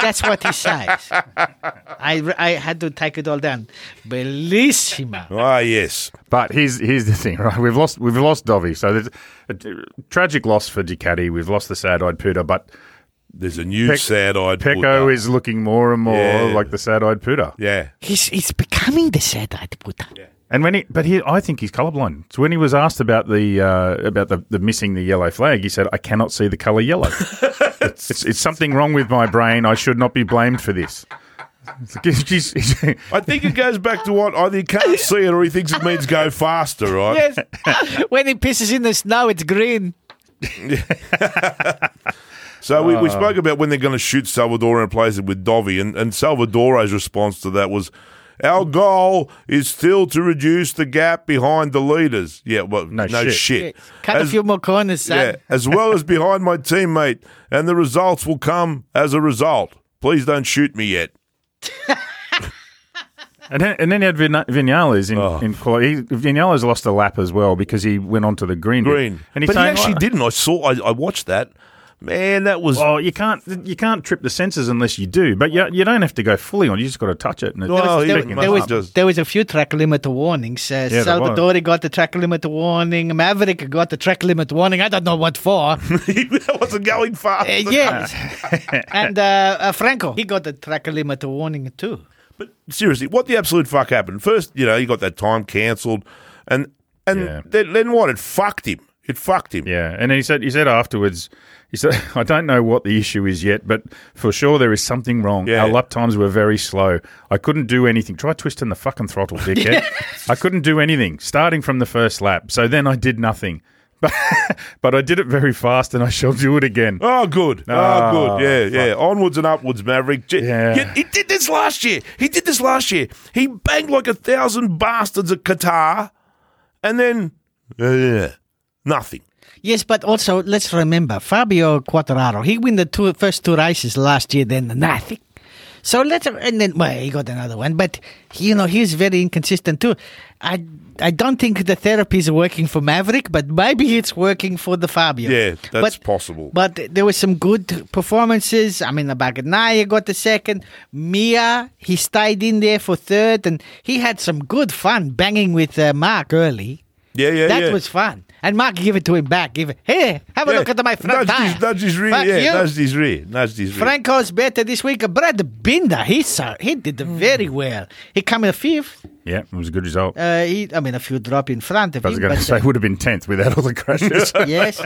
Speaker 3: That's what he says. I, I had to take it all down. Bellissima.
Speaker 2: Ah, yes.
Speaker 1: But here's here's the thing, right? We've lost we've lost Dovi, so there's a t- tragic loss for Ducati. We've lost the sad-eyed Puda, but
Speaker 2: There's a new
Speaker 1: Pec-
Speaker 2: sad-eyed
Speaker 1: Pecco
Speaker 2: Buddha.
Speaker 1: is looking more and more
Speaker 2: Yeah.
Speaker 1: like the sad-eyed Puda.
Speaker 2: Uh, Yeah.
Speaker 3: He's, he's becoming the sad-eyed Buddha.
Speaker 1: And when he, but he, I think he's colorblind. So when he was asked about the uh, about the, the missing the yellow flag, he said, "I cannot see the color yellow. it's, it's, it's something wrong with my brain. I should not be blamed for this." He's- he's-
Speaker 2: I think it goes back to what either he can't see it or he thinks it means go faster, right?
Speaker 3: Yes. when he pisses in the snow, it's green.
Speaker 2: So we,
Speaker 1: Ah.
Speaker 2: we spoke about when they're going to shoot Salvador and replace it with Dovi, and, and Salvadore's response to that was, "Our goal is still to reduce the gap behind the leaders." Yeah, well, no,
Speaker 1: No
Speaker 2: shit.
Speaker 1: shit.
Speaker 3: Cut a
Speaker 2: As-
Speaker 3: few more corners, son.
Speaker 2: Yeah, as well as behind my teammate, and the results will come as a result. Please don't shoot me yet.
Speaker 1: And then, and then he had Vin- Vinales in,
Speaker 2: Oh.
Speaker 1: in quali- he, Vinales lost a lap as well because he went onto the green. bit.
Speaker 2: Green,
Speaker 1: And he's
Speaker 2: but he
Speaker 1: saying,
Speaker 2: actually
Speaker 1: like,
Speaker 2: didn't. I saw. I, I watched that. Man, that was.
Speaker 1: Oh, you can't you can't trip the sensors unless you do, but you, you don't have to go fully on. You just got to touch it. And it
Speaker 2: Well,
Speaker 1: it's
Speaker 2: Oh, he
Speaker 3: there,
Speaker 1: picking
Speaker 2: didn't
Speaker 1: it
Speaker 3: there
Speaker 2: much
Speaker 1: up.
Speaker 3: was
Speaker 2: up. Just-
Speaker 3: there was a few track limit warnings. Uh,
Speaker 1: there
Speaker 3: Salvatore got the track limit warning. Maverick got the track limit warning. I don't know what for. uh,
Speaker 2: that wasn't going fast.
Speaker 1: Uh,
Speaker 3: yes, and uh, uh, Franco he got the track limit warning too.
Speaker 2: But seriously, what the absolute fuck happened? First, you know, you got that time cancelled, and and
Speaker 1: Yeah.
Speaker 2: then, then what? It fucked him. It fucked him.
Speaker 1: Yeah, and he said he said afterwards, he said, "I don't know what the issue is yet, but for sure there is something wrong.
Speaker 2: Yeah.
Speaker 1: Our lap times were very slow. I couldn't do anything. Try twisting the fucking throttle, dickhead. I couldn't do anything starting from the first lap. So then I did nothing, but but I did it very fast, and I shall do it again.
Speaker 2: Oh, good. oh,
Speaker 1: Ah,
Speaker 2: good. Yeah, yeah. Onwards and upwards, Maverick. J-
Speaker 1: Yeah.
Speaker 2: yeah, He did this last year. He did this last year. He banged like a thousand bastards at Qatar, and then uh, nothing.
Speaker 3: Yes, but also let's remember Fabio Quattararo. He won the two, first two races last year, then nothing. So let's and then well, he got another one, but you know he's very inconsistent too. I I don't think the therapy is working for Maverick, but maybe it's working for the Fabio.
Speaker 2: Yeah, that's
Speaker 3: But-
Speaker 2: possible.
Speaker 3: But there were some good performances. I mean, Abagnaya got the second. Mia, he stayed in there for third, and he had some good fun banging with uh, Mark early.
Speaker 2: yeah, yeah,
Speaker 3: That
Speaker 2: yeah.
Speaker 3: was fun. And Mark gave it to him back. Give it, hey, have a
Speaker 2: Yeah.
Speaker 3: look at my front
Speaker 2: nudged
Speaker 3: tire.
Speaker 2: his, nudged his rear.
Speaker 3: Fuck
Speaker 2: yeah,
Speaker 3: you.
Speaker 2: nudged his rear. Nudged his rear.
Speaker 3: Franco's better this week. Brad Binder, he saw, he did very well. He came in fifth.
Speaker 1: Yeah, it was a good result.
Speaker 3: Uh, he, I mean, a few drop in front of
Speaker 1: I was
Speaker 3: him.
Speaker 1: going to
Speaker 3: but,
Speaker 1: say would have been tenth without all the crashes.
Speaker 3: uh, yes.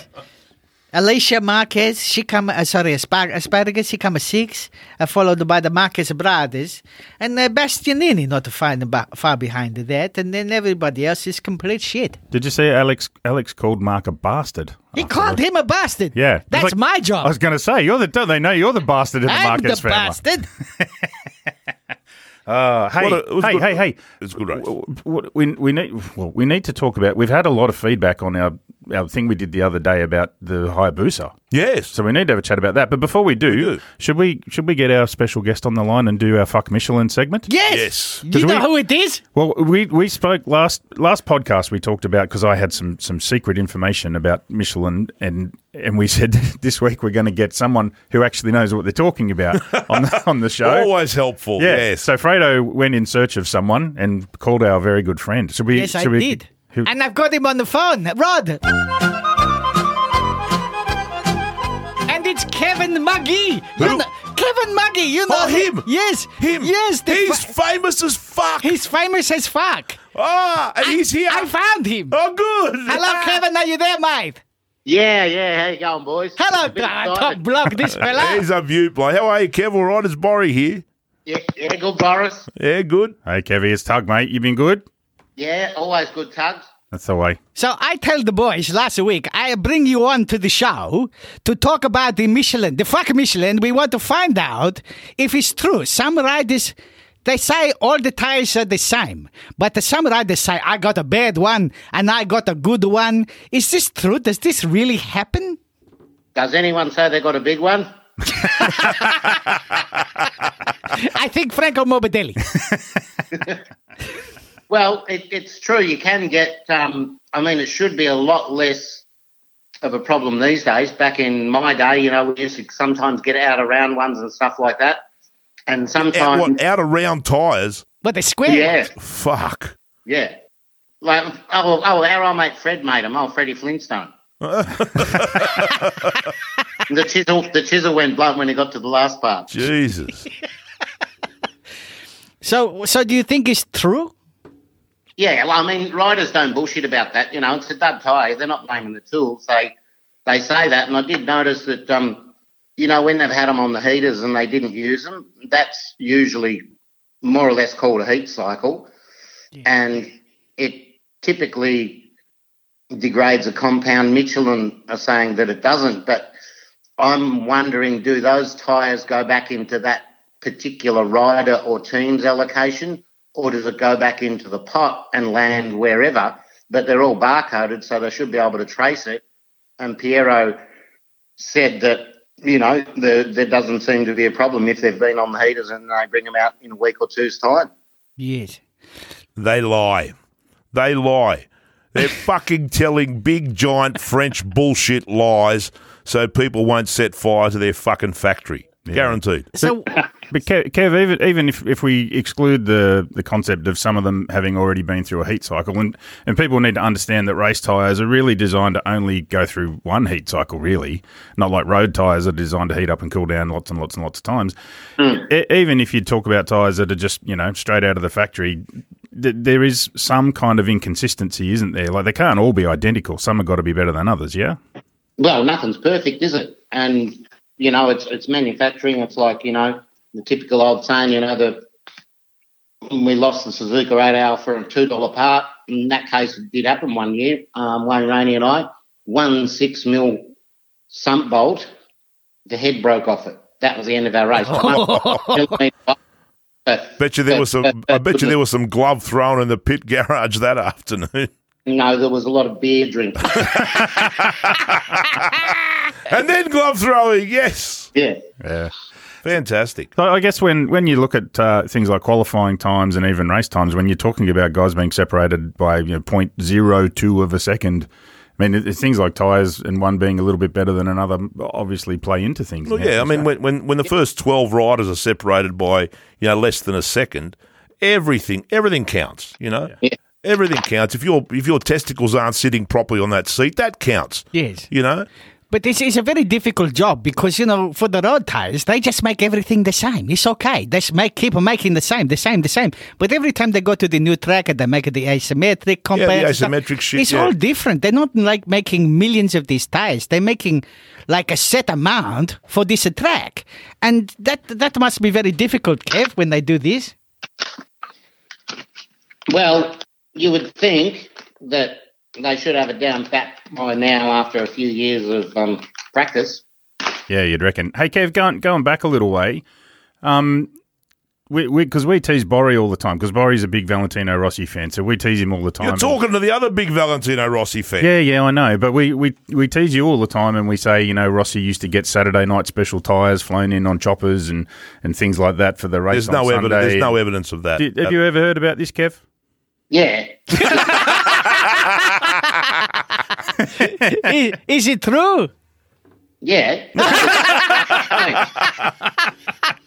Speaker 3: Alicia Marquez, she come, uh, sorry, Aspar- Asparagus, she come a six, uh, followed by the Marquez brothers, and uh, Bastianini not far, ba- far behind that, and then everybody else is complete shit.
Speaker 1: Did you see Alex? Alex called Mark a bastard.
Speaker 3: He called him a bastard.
Speaker 1: Yeah, It's
Speaker 3: That's
Speaker 1: like-
Speaker 3: my job.
Speaker 1: I was going to say you're the. Don't they know you're the bastard in the
Speaker 3: I'm the
Speaker 1: Marcus family?
Speaker 3: bastard.
Speaker 1: Uh, hey,
Speaker 2: Ah, What a- it was
Speaker 1: hey,
Speaker 2: good-
Speaker 1: hey, hey,
Speaker 2: It's a good race.
Speaker 1: W- w- We, we need well, we need to talk about. We've had a lot of feedback on our our thing we did the other day about the Hayabusa.
Speaker 2: Yes.
Speaker 1: So we need to have a chat about that. But before we do,
Speaker 2: do.
Speaker 1: should we should we get our special guest on the line and do our fuck Michelin segment?
Speaker 3: Yes.
Speaker 2: Yes.
Speaker 3: You
Speaker 1: Does
Speaker 3: know
Speaker 1: we-
Speaker 3: who it is?
Speaker 1: Well, we we spoke last last podcast. We talked about because I had some some secret information about Michelin, and and we said this week we're going to get someone who actually knows what they're talking about on the, on the show.
Speaker 2: Always helpful.
Speaker 1: Yeah.
Speaker 2: Yes.
Speaker 1: So Fredo went in search of someone and called our very good friend. Should we?
Speaker 3: Yes, I
Speaker 1: should we-
Speaker 3: did.
Speaker 1: Who,
Speaker 3: And I've got him on the phone, Rod. And it's Kevin Muggy. You
Speaker 2: Who?
Speaker 3: know- Kevin Muggy, you know
Speaker 2: Oh, him.
Speaker 3: Yes,
Speaker 2: Him.
Speaker 3: Yes, the
Speaker 2: He's
Speaker 3: fa-
Speaker 2: famous as fuck.
Speaker 3: he's famous as fuck.
Speaker 2: Ah, and he's here.
Speaker 3: I found him.
Speaker 2: oh, good.
Speaker 3: Hello, Kevin. Are you there, mate?
Speaker 4: Yeah, yeah. How you going, boys?
Speaker 3: Hello,
Speaker 4: A bit
Speaker 3: I can't
Speaker 4: excited.
Speaker 3: block this fella.
Speaker 2: He's a view play. How are you, Kev? All right, it's Borry here.
Speaker 4: Yeah, yeah, good, Boris.
Speaker 2: Yeah, good.
Speaker 1: hey, Kevy, it's Tug, mate. You been good?
Speaker 4: Yeah, always good tugs.
Speaker 1: That's the way.
Speaker 3: So I tell the boys last week I bring you on to the show to talk about the Michelin, the fuck Michelin. We want to find out if it's true. Some riders, they say all the tires are the same, but some riders say I got a bad one and I got a good one. Is this true? Does this really happen?
Speaker 4: Does anyone say they got a big one?
Speaker 3: I think Franco Morbidelli.
Speaker 4: Well, it, it's true. You can get. Um, I mean, it should be a lot less of a problem these days. Back in my day, you know, we used to sometimes get out around ones and stuff like that, and
Speaker 2: Out,
Speaker 4: sometimes
Speaker 2: what, out of round tyres?
Speaker 3: but they square.
Speaker 4: yeah,
Speaker 2: Fuck.
Speaker 4: yeah. Like oh, oh, our old mate Fred made him. Old Freddie Flintstone. the chisel, the chisel went blunt when he got to the last part.
Speaker 2: Jesus.
Speaker 3: So, so do you think it's true?
Speaker 4: Yeah, well, I mean, riders don't bullshit about that. You know, it's a dud tyre. They're not blaming the tools. They they say that, and I did notice that. Um, you know, when they've had them on the heaters and they didn't use them, that's usually more or less called a heat cycle, and it typically degrades a compound. Michelin are saying that it doesn't, but I'm wondering, do those tyres go back into that particular rider or team's allocation, or does it go back into the pot and land wherever? But they're all barcoded, so they should be able to trace it. And Piero said that you know the, there doesn't seem to be a problem if they've been on the heaters and they bring them out in a week or two's time.
Speaker 3: Yes.
Speaker 2: They lie. They lie. They're fucking telling big, giant French bullshit lies so people won't set fire to their fucking factory. Guaranteed.
Speaker 3: So,
Speaker 1: But Kev, Kev even even if, if we exclude the, the concept of some of them having already been through a heat cycle, and, and people need to understand that race tyres are really designed to only go through one heat cycle, really, not like road tyres are designed to heat up and cool down lots and lots and lots of times. E- even if you talk about tyres that are just you know straight out of the factory, th- there is some kind of inconsistency, isn't there? Like they can't all be identical. Some have got to be better than others. Yeah.
Speaker 4: well, nothing's perfect, is it? And you know, it's it's manufacturing. It's like you know the typical old saying. You know, the we lost the Suzuka eight hour for a two dollar part. In that case, it did happen one year. Um, Wayne Rainey and I, one six mil sump bolt, the head broke off it. That was the end of our race. But-
Speaker 2: Bet you there was
Speaker 4: but-
Speaker 2: some.
Speaker 4: but-
Speaker 2: I bet you there was some glove thrown in the pit garage that afternoon.
Speaker 4: No, there was a lot of beer drinking.
Speaker 2: and then glove throwing. Yes,
Speaker 4: yeah.
Speaker 1: Yeah.
Speaker 2: fantastic.
Speaker 1: So I guess when, when you look at uh, things like qualifying times and even race times, when you're talking about guys being separated by you know, 0.02 of a second, I mean, it, it's things like tyres and one being a little bit better than another obviously play into things.
Speaker 2: Well,
Speaker 1: now.
Speaker 2: yeah. I mean, when when when the first twelve riders are separated by you know less than a second, everything everything counts. You know, everything counts. If your if your testicles aren't sitting properly on that seat, that counts.
Speaker 3: yes.
Speaker 2: You know,
Speaker 3: But it's, it's a very difficult job because you know for the road tires they just make everything the same. It's okay. They s- make keep making the same, the same, the same. But every time they go to the new track and they make it the asymmetric compared.
Speaker 2: asymmetric shit,
Speaker 3: It's
Speaker 2: yeah.
Speaker 3: all different. They're not like making millions of these tires. They're making like a set amount for this track, and that that must be very difficult, Kev, when they do this.
Speaker 4: Well, you would think that they should have it down pat by now after a few years of um, practice.
Speaker 1: yeah, you'd reckon. Hey, Kev, going, going back a little way, um, we because we, tease Borri all the time because Borri's a big Valentino Rossi fan, so we tease him all the time.
Speaker 2: You're talking to the other big Valentino Rossi fan.
Speaker 1: Yeah, yeah, I know. But we, we, we tease you all the time and we say, you know, Rossi used to get Saturday night special tyres flown in on choppers and, and things like that for the race.
Speaker 2: There's
Speaker 1: on
Speaker 2: no
Speaker 1: Sunday.
Speaker 2: evidence. There's no evidence of that. Uh,
Speaker 1: Did- have you ever heard about this, Kev?
Speaker 4: Yeah.
Speaker 3: is, is it true?
Speaker 4: Yeah.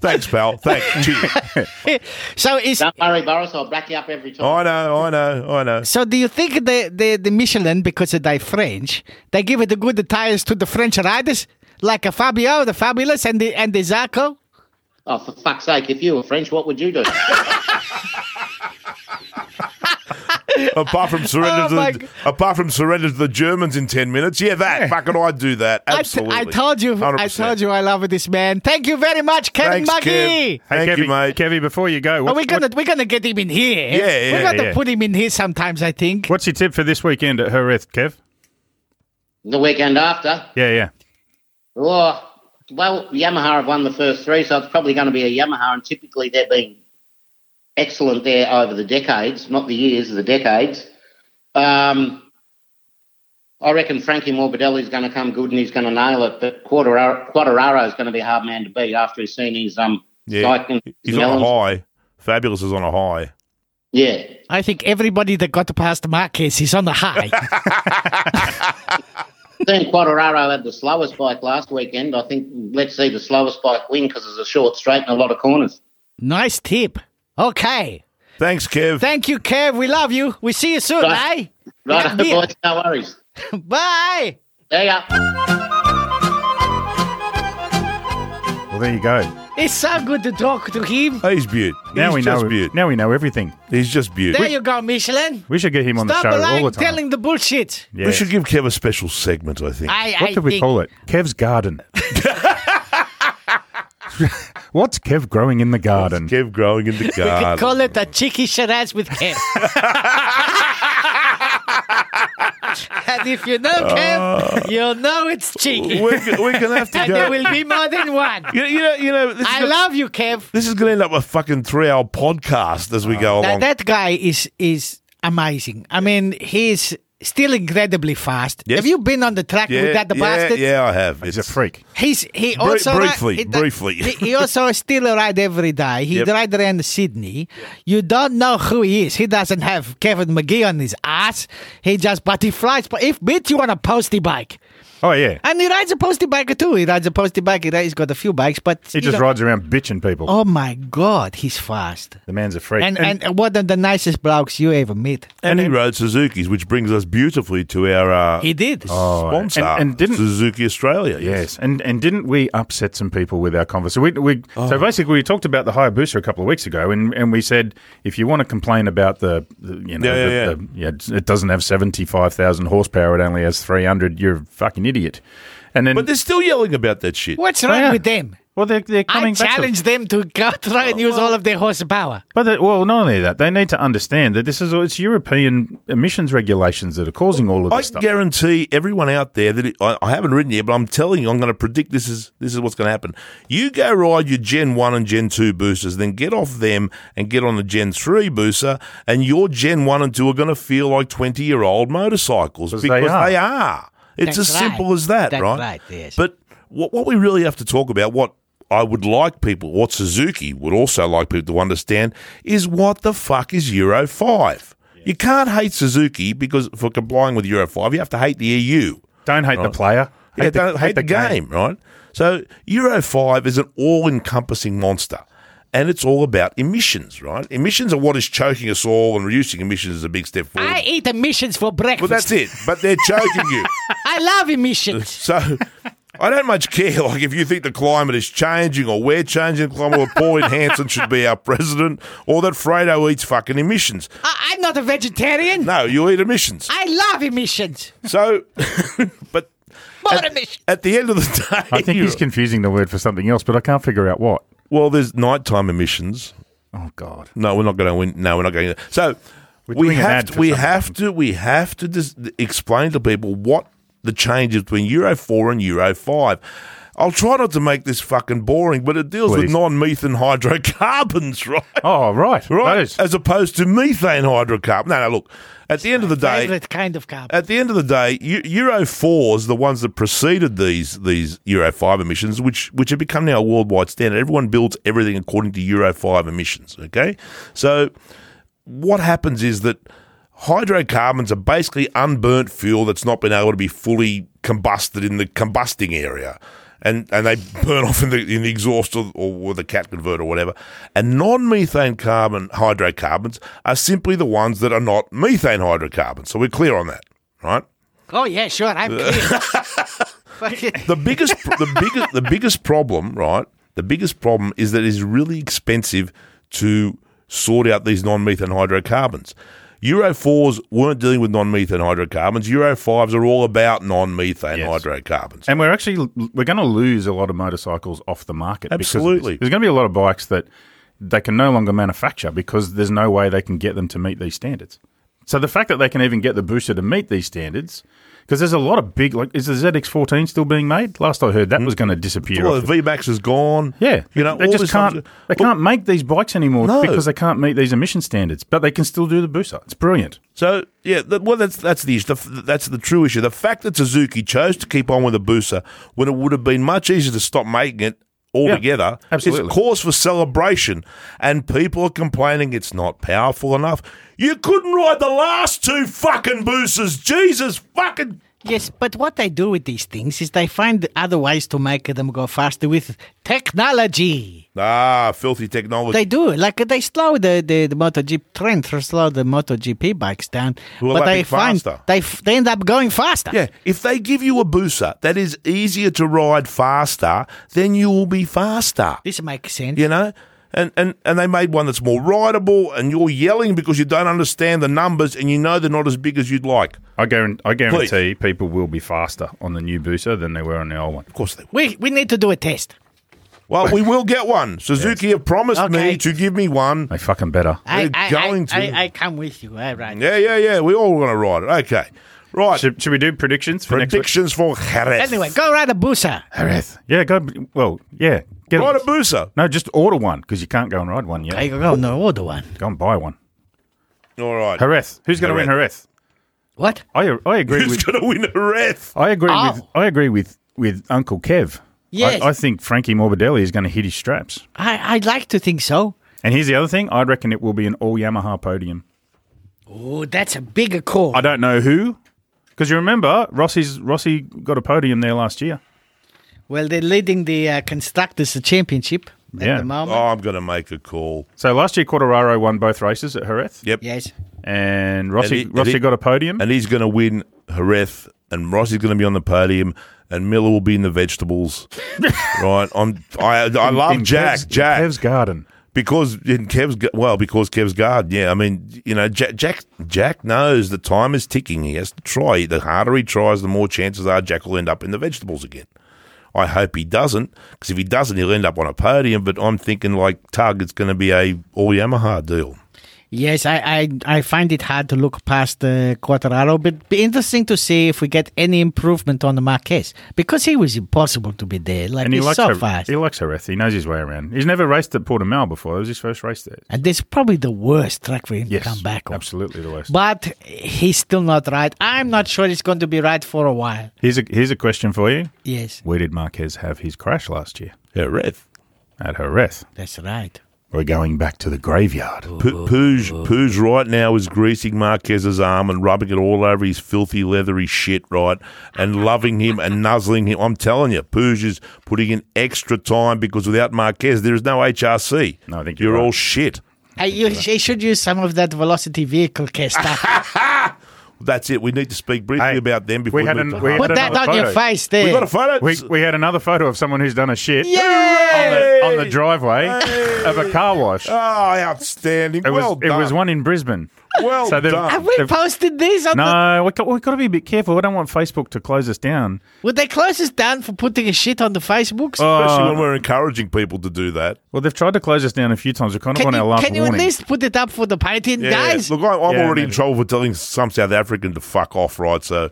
Speaker 2: Thanks, pal. Thanks. Cheers.
Speaker 3: So is
Speaker 4: Don't worry, Boris, I'll back you up every time.
Speaker 2: I know. I know. I know.
Speaker 3: so do you think the, the, the Michelin because they French, they give the good tires to the French riders like a Fabio, the Fabulous, and the and the Zacco?
Speaker 4: Oh, for fuck's sake, if you were French, what would you do?
Speaker 2: apart from surrender
Speaker 3: Oh,
Speaker 2: to
Speaker 3: my
Speaker 2: the,
Speaker 3: g-
Speaker 2: apart from surrender to the Germans in ten minutes. Yeah, that fucking I do that.
Speaker 3: I t-
Speaker 2: Absolutely.
Speaker 3: I told you, I
Speaker 2: 100%.
Speaker 3: told you, I love this man. Thank you very much, Kevin
Speaker 2: Thanks,
Speaker 3: Maggie.
Speaker 2: Kev.
Speaker 1: Hey,
Speaker 2: Thank
Speaker 1: Kevy,
Speaker 2: you, mate.
Speaker 1: Kevy, before you go,
Speaker 3: Are
Speaker 1: what's,
Speaker 3: we gonna we're gonna get him in here?
Speaker 2: Yeah,
Speaker 3: we're
Speaker 2: yeah,
Speaker 3: gonna
Speaker 1: yeah.
Speaker 3: put him in here sometimes. I think.
Speaker 1: what's your tip for this weekend at Hereth, Kev?
Speaker 4: the weekend after?
Speaker 1: Yeah, yeah.
Speaker 4: Oh, well, Yamaha have won the first three, so it's probably going to be a Yamaha, and typically they've been excellent there over the decades, not the years, the decades. Um, I reckon Frankie Morbidelli's going to come good and he's going to nail it, but Quadraro Quadraro is going to be a hard man to beat after he's seen his um,
Speaker 2: Yeah.
Speaker 4: cycling.
Speaker 2: He's on a high. Fabulous is on a high.
Speaker 4: Yeah.
Speaker 3: I think everybody that got past Marquez is on the high.
Speaker 4: Then Quadraro had the slowest bike last weekend. I think let's see the slowest bike win because it's a short straight and a lot of corners.
Speaker 3: nice tip. Okay.
Speaker 2: Thanks, Kev.
Speaker 3: Thank you, Kev. We love you. We see you soon, eh?
Speaker 4: Right. Right,
Speaker 3: Yeah, yeah.
Speaker 4: boys, no worries.
Speaker 3: Bye.
Speaker 4: There you go.
Speaker 1: Well, there you go.
Speaker 3: It's so good to talk to him.
Speaker 2: He's Butte.
Speaker 1: Now
Speaker 2: He's
Speaker 1: we
Speaker 2: just
Speaker 1: know.
Speaker 2: Butte.
Speaker 1: Now we know everything.
Speaker 2: He's just Butte.
Speaker 3: There
Speaker 2: We,
Speaker 3: you go, Michelin.
Speaker 1: We should get him on
Speaker 3: Stop
Speaker 1: the show
Speaker 3: lying,
Speaker 1: all the time.
Speaker 3: telling the bullshit.
Speaker 1: Yeah.
Speaker 2: we should give Kev a special segment, I think.
Speaker 3: I,
Speaker 1: What
Speaker 3: I
Speaker 1: could we
Speaker 3: think-
Speaker 1: call it? Kev's garden. What's Kev growing in the garden?
Speaker 2: Kev growing in the
Speaker 3: We
Speaker 1: Uh,
Speaker 3: could
Speaker 2: garden.
Speaker 3: call it a cheeky charades with Kev. and if you know
Speaker 1: Uh,
Speaker 3: Kev, you'll know it's cheeky.
Speaker 2: we're, g- we're gonna have to
Speaker 3: and there
Speaker 2: go.
Speaker 3: will be more than one.
Speaker 2: You know, you know, you know this, is
Speaker 3: I
Speaker 2: gonna,
Speaker 3: love you, Kev.
Speaker 2: this is gonna end up a fucking three-hour podcast as we go
Speaker 3: Now,
Speaker 2: along.
Speaker 3: that guy is is amazing. I mean, he's still incredibly fast.
Speaker 2: Yes.
Speaker 3: Have you been on the track
Speaker 2: yeah,
Speaker 3: with that the
Speaker 2: yeah,
Speaker 3: bastard?
Speaker 2: yeah, I have.
Speaker 1: He's a
Speaker 2: It's-
Speaker 1: freak.
Speaker 3: He's he
Speaker 2: Bri-
Speaker 3: also ri-
Speaker 2: briefly,
Speaker 3: he-
Speaker 2: briefly.
Speaker 3: He, he also still ride every day. He
Speaker 2: Yep.
Speaker 3: ride around Sydney. You don't know who he is. He doesn't have Kevin McGee on his ass. He just but he flies. But if bit you on a posty bike,
Speaker 1: Oh yeah.
Speaker 3: and he rides a posty bike too. He rides a posty bike. He rides, he's got a few bikes, but
Speaker 1: He
Speaker 3: you
Speaker 1: just
Speaker 3: know-
Speaker 1: rides around bitching people.
Speaker 3: Oh my god, he's fast.
Speaker 1: The man's a freak.
Speaker 3: And, and one of the nicest blokes you ever meet.
Speaker 2: And he rode Suzuki's, which brings us beautifully to our uh,
Speaker 3: He did.
Speaker 2: sponsor,
Speaker 1: and- and didn't-
Speaker 2: Suzuki Australia.
Speaker 1: yes, and and didn't we upset some people with our conversation? We, we,
Speaker 2: Oh.
Speaker 1: So basically, we talked about the Hayabusa a couple of weeks ago, and, and we said if you want to complain about the, the you know
Speaker 2: Yeah,
Speaker 1: the,
Speaker 2: yeah, yeah.
Speaker 1: the- yeah, it's- it doesn't have seventy five thousand horsepower, it only has three hundred. You're a fucking idiot. And then Oh,
Speaker 2: But they're still yelling about that shit.
Speaker 3: What's wrong
Speaker 1: Yeah.
Speaker 3: with them?
Speaker 1: well, they're, they're
Speaker 3: I
Speaker 1: coming back. to-
Speaker 3: challenge them to go try and use all of their horsepower.
Speaker 1: But they, well, not only that, they need to understand that this is it's European emissions regulations that are causing all of this
Speaker 2: I
Speaker 1: stuff.
Speaker 2: guarantee everyone out there that it, I, I haven't written yet, but I'm telling you, I'm going to predict this is this is what's going to happen. You go ride your Gen One and Gen Two boosters, then get off them and get on the Gen Three booster, and your Gen One and Two are going to feel like twenty year old motorcycles because
Speaker 1: they are.
Speaker 2: they are. It's as
Speaker 3: That's right.
Speaker 2: simple as that,
Speaker 3: That's
Speaker 2: right?
Speaker 3: right, yes.
Speaker 2: But what, what we really have to talk about, what I would like people, what Suzuki would also like people to understand, is what the fuck is Euro 5? You can't hate Suzuki because for complying with Euro 5, you have to hate the EU.
Speaker 1: Don't hate the player.
Speaker 2: You
Speaker 1: Hate,
Speaker 2: don't
Speaker 1: the,
Speaker 2: hate the game, right? So Euro 5 is an all encompassing monster. And it's all about emissions, right? Emissions are what is choking us all, and reducing emissions is a big step forward.
Speaker 3: I eat emissions for
Speaker 2: but
Speaker 3: breakfast.
Speaker 2: that's it. But they're choking you.
Speaker 3: I love emissions.
Speaker 2: So I don't much care. Like if you think the climate is changing or we're changing the climate, or Pauline Hanson should be our president, or that Fredo eats fucking emissions.
Speaker 3: I, I'm not a vegetarian.
Speaker 2: No, you eat emissions.
Speaker 3: I love emissions.
Speaker 2: So, but
Speaker 3: More
Speaker 2: at,
Speaker 3: emissions.
Speaker 2: at the end of the day,
Speaker 1: I think he's confusing the word for something else, but I can't figure out what.
Speaker 2: well. There's nighttime emissions.
Speaker 1: Oh God.
Speaker 2: No, we're not going to win. No, we're not going. to. So we
Speaker 1: doing an
Speaker 2: have
Speaker 1: ad
Speaker 2: to,
Speaker 1: for
Speaker 2: we
Speaker 1: something.
Speaker 2: have to we have to dis- explain to people what the change is between Euro four and Euro five. I'll try not to make this fucking boring, but it deals with
Speaker 1: Please.
Speaker 2: non-methane hydrocarbons, right?
Speaker 1: Oh, right.
Speaker 2: Right,
Speaker 1: Those.
Speaker 2: as opposed to methane hydrocarbon. No, no. Look, at the end of the day,
Speaker 3: Favorite kind of carbon.
Speaker 2: at the end of the day, Eu- Euro fours, the ones that preceded these these Euro five emissions, which which have become now a worldwide standard. Everyone builds everything according to Euro five emissions. Okay, so what happens is that hydrocarbons are basically unburnt fuel that's not been able to be fully combusted in the combusting area. And, and they burn off in the, in the exhaust or, or the cat converter or whatever. And non methane carbon hydrocarbons are simply the ones that are not methane hydrocarbons. So we're clear on that, right?
Speaker 3: oh yeah, sure. I'm clear.
Speaker 2: Uh,
Speaker 3: Fucking-
Speaker 2: the biggest the biggest the biggest problem, right? The biggest problem is that it's really expensive to sort out these non-methane hydrocarbons. Euro fours weren't dealing with non-methane hydrocarbons. Euro fives are all about non-methane hydrocarbons.
Speaker 1: And we're actually we're going to lose a lot of motorcycles off the market. because of this.
Speaker 2: Absolutely.
Speaker 1: there's going to be a lot of bikes that they can no longer manufacture because there's no way they can get them to meet these standards. So the fact that they can even get the booster to meet these standards, because there's a lot of big like is the ZX14 still being made? Last I heard, that was going to disappear.
Speaker 2: Well,
Speaker 1: off
Speaker 2: the
Speaker 1: the-
Speaker 2: VMAX is gone.
Speaker 1: yeah,
Speaker 2: you know
Speaker 1: they
Speaker 2: all
Speaker 1: just
Speaker 2: this
Speaker 1: can't.
Speaker 2: stuff-
Speaker 1: They
Speaker 2: Well,
Speaker 1: can't make these bikes anymore
Speaker 2: No.
Speaker 1: because they can't meet these emission standards. But they can still do the booster. It's brilliant.
Speaker 2: So yeah, th well that's that's the issue. The, that's the true issue. The fact that Suzuki chose to keep on with the Busa when it would have been much easier to stop making it altogether
Speaker 1: absolutely.
Speaker 2: is cause for celebration. And people are complaining it's not powerful enough. You couldn't ride the last two fucking Busas. Jesus fucking.
Speaker 3: Yes, but what they do with these things is they find other ways to make them go faster with technology.
Speaker 2: Ah, filthy technology.
Speaker 3: They do. Like they slow the the, the MotoGP trend to slow the MotoGP bikes down,
Speaker 2: Well,
Speaker 3: but
Speaker 2: that'd
Speaker 3: they
Speaker 2: be
Speaker 3: find
Speaker 2: faster.
Speaker 3: they f- they end up going faster.
Speaker 2: yeah, if they give you a Busa that is easier to ride faster, then you will be faster.
Speaker 3: This makes sense.
Speaker 2: you know and, and and they made one that's more rideable and you're yelling because you don't understand the numbers and you know they're not as big as you'd like of
Speaker 1: I guarantee, I guarantee people will be faster on the new booster than they were on the old one.
Speaker 2: course they will
Speaker 3: We we need to do a test.
Speaker 2: well we will get one suzuki have promised
Speaker 3: Okay.
Speaker 2: me to give me one
Speaker 1: They fucking better.
Speaker 3: I,
Speaker 2: We're
Speaker 3: I,
Speaker 2: going
Speaker 3: I,
Speaker 2: to.
Speaker 3: I, I come with you. All right.
Speaker 2: yeah yeah yeah we all want to ride it okay right
Speaker 1: Should, should we do predictions for next
Speaker 2: predictions for Jerez.
Speaker 3: Anyway, go ride a booster.
Speaker 1: Harith. Yeah, go. Well, yeah. Get
Speaker 2: ride a booster
Speaker 1: No, just order one because you can't go and ride one yet.
Speaker 3: I go "Oh, no order one.
Speaker 1: Go and buy one.
Speaker 2: all right
Speaker 1: Harith. Who's going to win Harith?
Speaker 3: What?
Speaker 1: I, I agree
Speaker 2: who's
Speaker 1: with.
Speaker 2: going to win Jerez?
Speaker 1: I agree
Speaker 3: Oh.
Speaker 1: with. I agree with with Uncle Kev.
Speaker 3: Yes.
Speaker 1: I, I think Frankie Morbidelli is going to hit his straps.
Speaker 3: I I'd like to think so.
Speaker 1: And here's the other thing. I reckon it will be an all Yamaha podium.
Speaker 3: Oh, that's a bigger call.
Speaker 1: I don't know who, because you remember Rossi's Rossi got a podium there last year.
Speaker 3: well, they're leading the uh, constructors championship at
Speaker 1: Yeah.
Speaker 3: the moment.
Speaker 2: oh i'm going to make a call
Speaker 1: So last year Quartararo won both races at Jerez,
Speaker 2: yep
Speaker 3: Yes.
Speaker 1: and Rossi
Speaker 2: And he-
Speaker 1: Rossi
Speaker 2: and he-
Speaker 1: got a podium.
Speaker 2: and he's going to win Jerez, and Rossi's going to be on the podium, and Miller will be in the vegetables. right? I'm, I I love
Speaker 1: in
Speaker 2: Jack.
Speaker 1: Kev's, in
Speaker 2: Jack
Speaker 1: Kev's garden.
Speaker 2: because in Kev's g- well because Kev's guard. Yeah, I mean you know Jack Jack Jack knows the time is ticking. He has to try. The harder he tries, the more chances are Jack will end up in the vegetables again. I hope he doesn't, because if he doesn't, he'll end up on a podium. But I'm thinking like Tug, it's going to be a all Yamaha deal.
Speaker 3: Yes, I, I, I find it hard to look past uh, Quattararo, but be interesting to see if we get any improvement on the Marquez because he was impossible to be there. Like
Speaker 1: And he
Speaker 3: he's
Speaker 1: likes
Speaker 3: so
Speaker 1: Her-
Speaker 3: fast,
Speaker 1: he likes Jerez. He knows his way around. He's never raced at Portimao before. It was his first race there.
Speaker 3: and this is probably the worst track for him
Speaker 1: Yes,
Speaker 3: to come back on.
Speaker 1: absolutely the worst.
Speaker 3: But he's still not right. I'm not sure it's going to be right for a while.
Speaker 1: Here's a here's a question for you.
Speaker 3: Yes,
Speaker 1: Where did Marquez have his crash last year?
Speaker 2: Jerez.
Speaker 1: At Jerez.
Speaker 3: that's right.
Speaker 1: We're going back to the graveyard.
Speaker 2: P- Pooj, Pooj right now is greasing Marquez's arm and rubbing it all over his filthy, leathery shit, right? And loving him and nuzzling him. I'm telling you, Pooj is putting in extra time because without Marquez, there is no HRC.
Speaker 1: No, I think
Speaker 2: you're,
Speaker 1: you're right.
Speaker 2: all shit.
Speaker 3: I, you, I should use some of that velocity vehicle case stuff.
Speaker 2: That's it. We need to speak briefly
Speaker 1: Hey,
Speaker 2: about them before
Speaker 1: we
Speaker 2: we,
Speaker 1: had an-
Speaker 2: move to
Speaker 1: we had-
Speaker 2: Harvard.
Speaker 3: Put that
Speaker 1: another
Speaker 3: on your
Speaker 1: photo.
Speaker 3: face there.
Speaker 2: we got a photo.
Speaker 1: We, we had another photo of someone who's done a shit on,
Speaker 3: Yay!
Speaker 1: the, on the driveway of a car wash.
Speaker 2: oh,
Speaker 1: It
Speaker 2: outstanding.
Speaker 1: was
Speaker 2: well
Speaker 1: it
Speaker 2: done.
Speaker 1: was one in Brisbane.
Speaker 2: well
Speaker 1: so the-
Speaker 2: done.
Speaker 3: Have we
Speaker 1: They've-
Speaker 3: posted this on the?
Speaker 1: No, we got, we've got to be a bit careful. We don't want Facebook to close us down.
Speaker 3: Would they close us down for putting a shit on the Facebooks?
Speaker 1: Oh, Uh,
Speaker 2: Especially when we're encouraging people to do that.
Speaker 1: Well, they've tried to close us down a few times. We're kind of
Speaker 3: Can
Speaker 1: on
Speaker 3: you,
Speaker 1: our last
Speaker 3: can you at
Speaker 1: warning.
Speaker 3: least put it up for the Python guys?
Speaker 2: Look, I, I'm
Speaker 1: Yeah,
Speaker 2: already in
Speaker 1: maybe.
Speaker 2: trouble for telling some South African to fuck off, right? So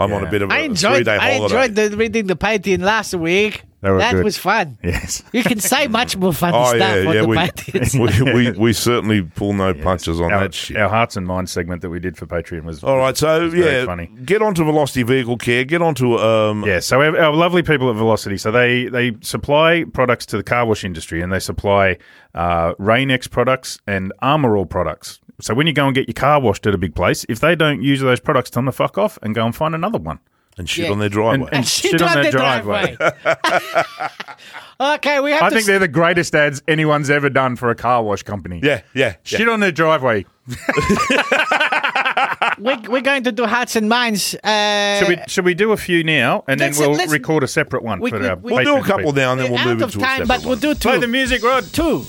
Speaker 2: I'm on a
Speaker 1: Yeah.
Speaker 2: bit of a
Speaker 3: I enjoyed.
Speaker 2: three day
Speaker 3: I
Speaker 2: holiday.
Speaker 3: enjoyed the, reading the Python last week.
Speaker 1: They were
Speaker 3: That
Speaker 1: good.
Speaker 3: was fun.
Speaker 1: yes.
Speaker 3: You can say much more fun
Speaker 2: Oh,
Speaker 3: stuff
Speaker 2: yeah,
Speaker 3: on
Speaker 2: yeah.
Speaker 3: the
Speaker 2: We,
Speaker 3: Panthers.
Speaker 2: we, we, we certainly pull no punches on
Speaker 1: our,
Speaker 2: that shit.
Speaker 1: our hearts and minds segment that we did for Patreon was
Speaker 3: Oh.
Speaker 2: All right, so
Speaker 1: was very
Speaker 2: yeah,
Speaker 1: funny.
Speaker 2: get onto Velocity Vehicle Care. Get onto um,
Speaker 1: Yeah, so our, our lovely people at Velocity, so they they supply products to the car wash industry, and they supply uh, Rain-X products and Armorall products. So when you go and get your car washed at a big place, if they don't use those products, tell them to fuck off and go and find another one.
Speaker 2: and shit
Speaker 3: Yeah.
Speaker 2: on their driveway.
Speaker 1: And-
Speaker 3: She
Speaker 1: shit on
Speaker 3: tried
Speaker 1: their
Speaker 3: the driveway. okay, we have
Speaker 1: I
Speaker 3: to.
Speaker 1: think they're the greatest ads anyone's ever done for a car wash company.
Speaker 2: yeah, yeah, yeah.
Speaker 1: shit on their driveway.
Speaker 3: we're, we're going to do hearts and minds. Uh,
Speaker 1: Should we should we do a few now, and then
Speaker 3: Let's-
Speaker 1: we'll
Speaker 3: let's-
Speaker 1: record a separate one
Speaker 3: we-
Speaker 1: for
Speaker 3: we-
Speaker 1: our
Speaker 3: we-
Speaker 2: We'll do a
Speaker 1: Patreon
Speaker 2: couple
Speaker 1: people.
Speaker 2: now, and then we'll
Speaker 3: out
Speaker 2: move
Speaker 3: of
Speaker 2: into a
Speaker 3: time,
Speaker 2: separate
Speaker 3: but we'll
Speaker 2: one.
Speaker 3: do two.
Speaker 1: Play the music, Rod.
Speaker 3: two.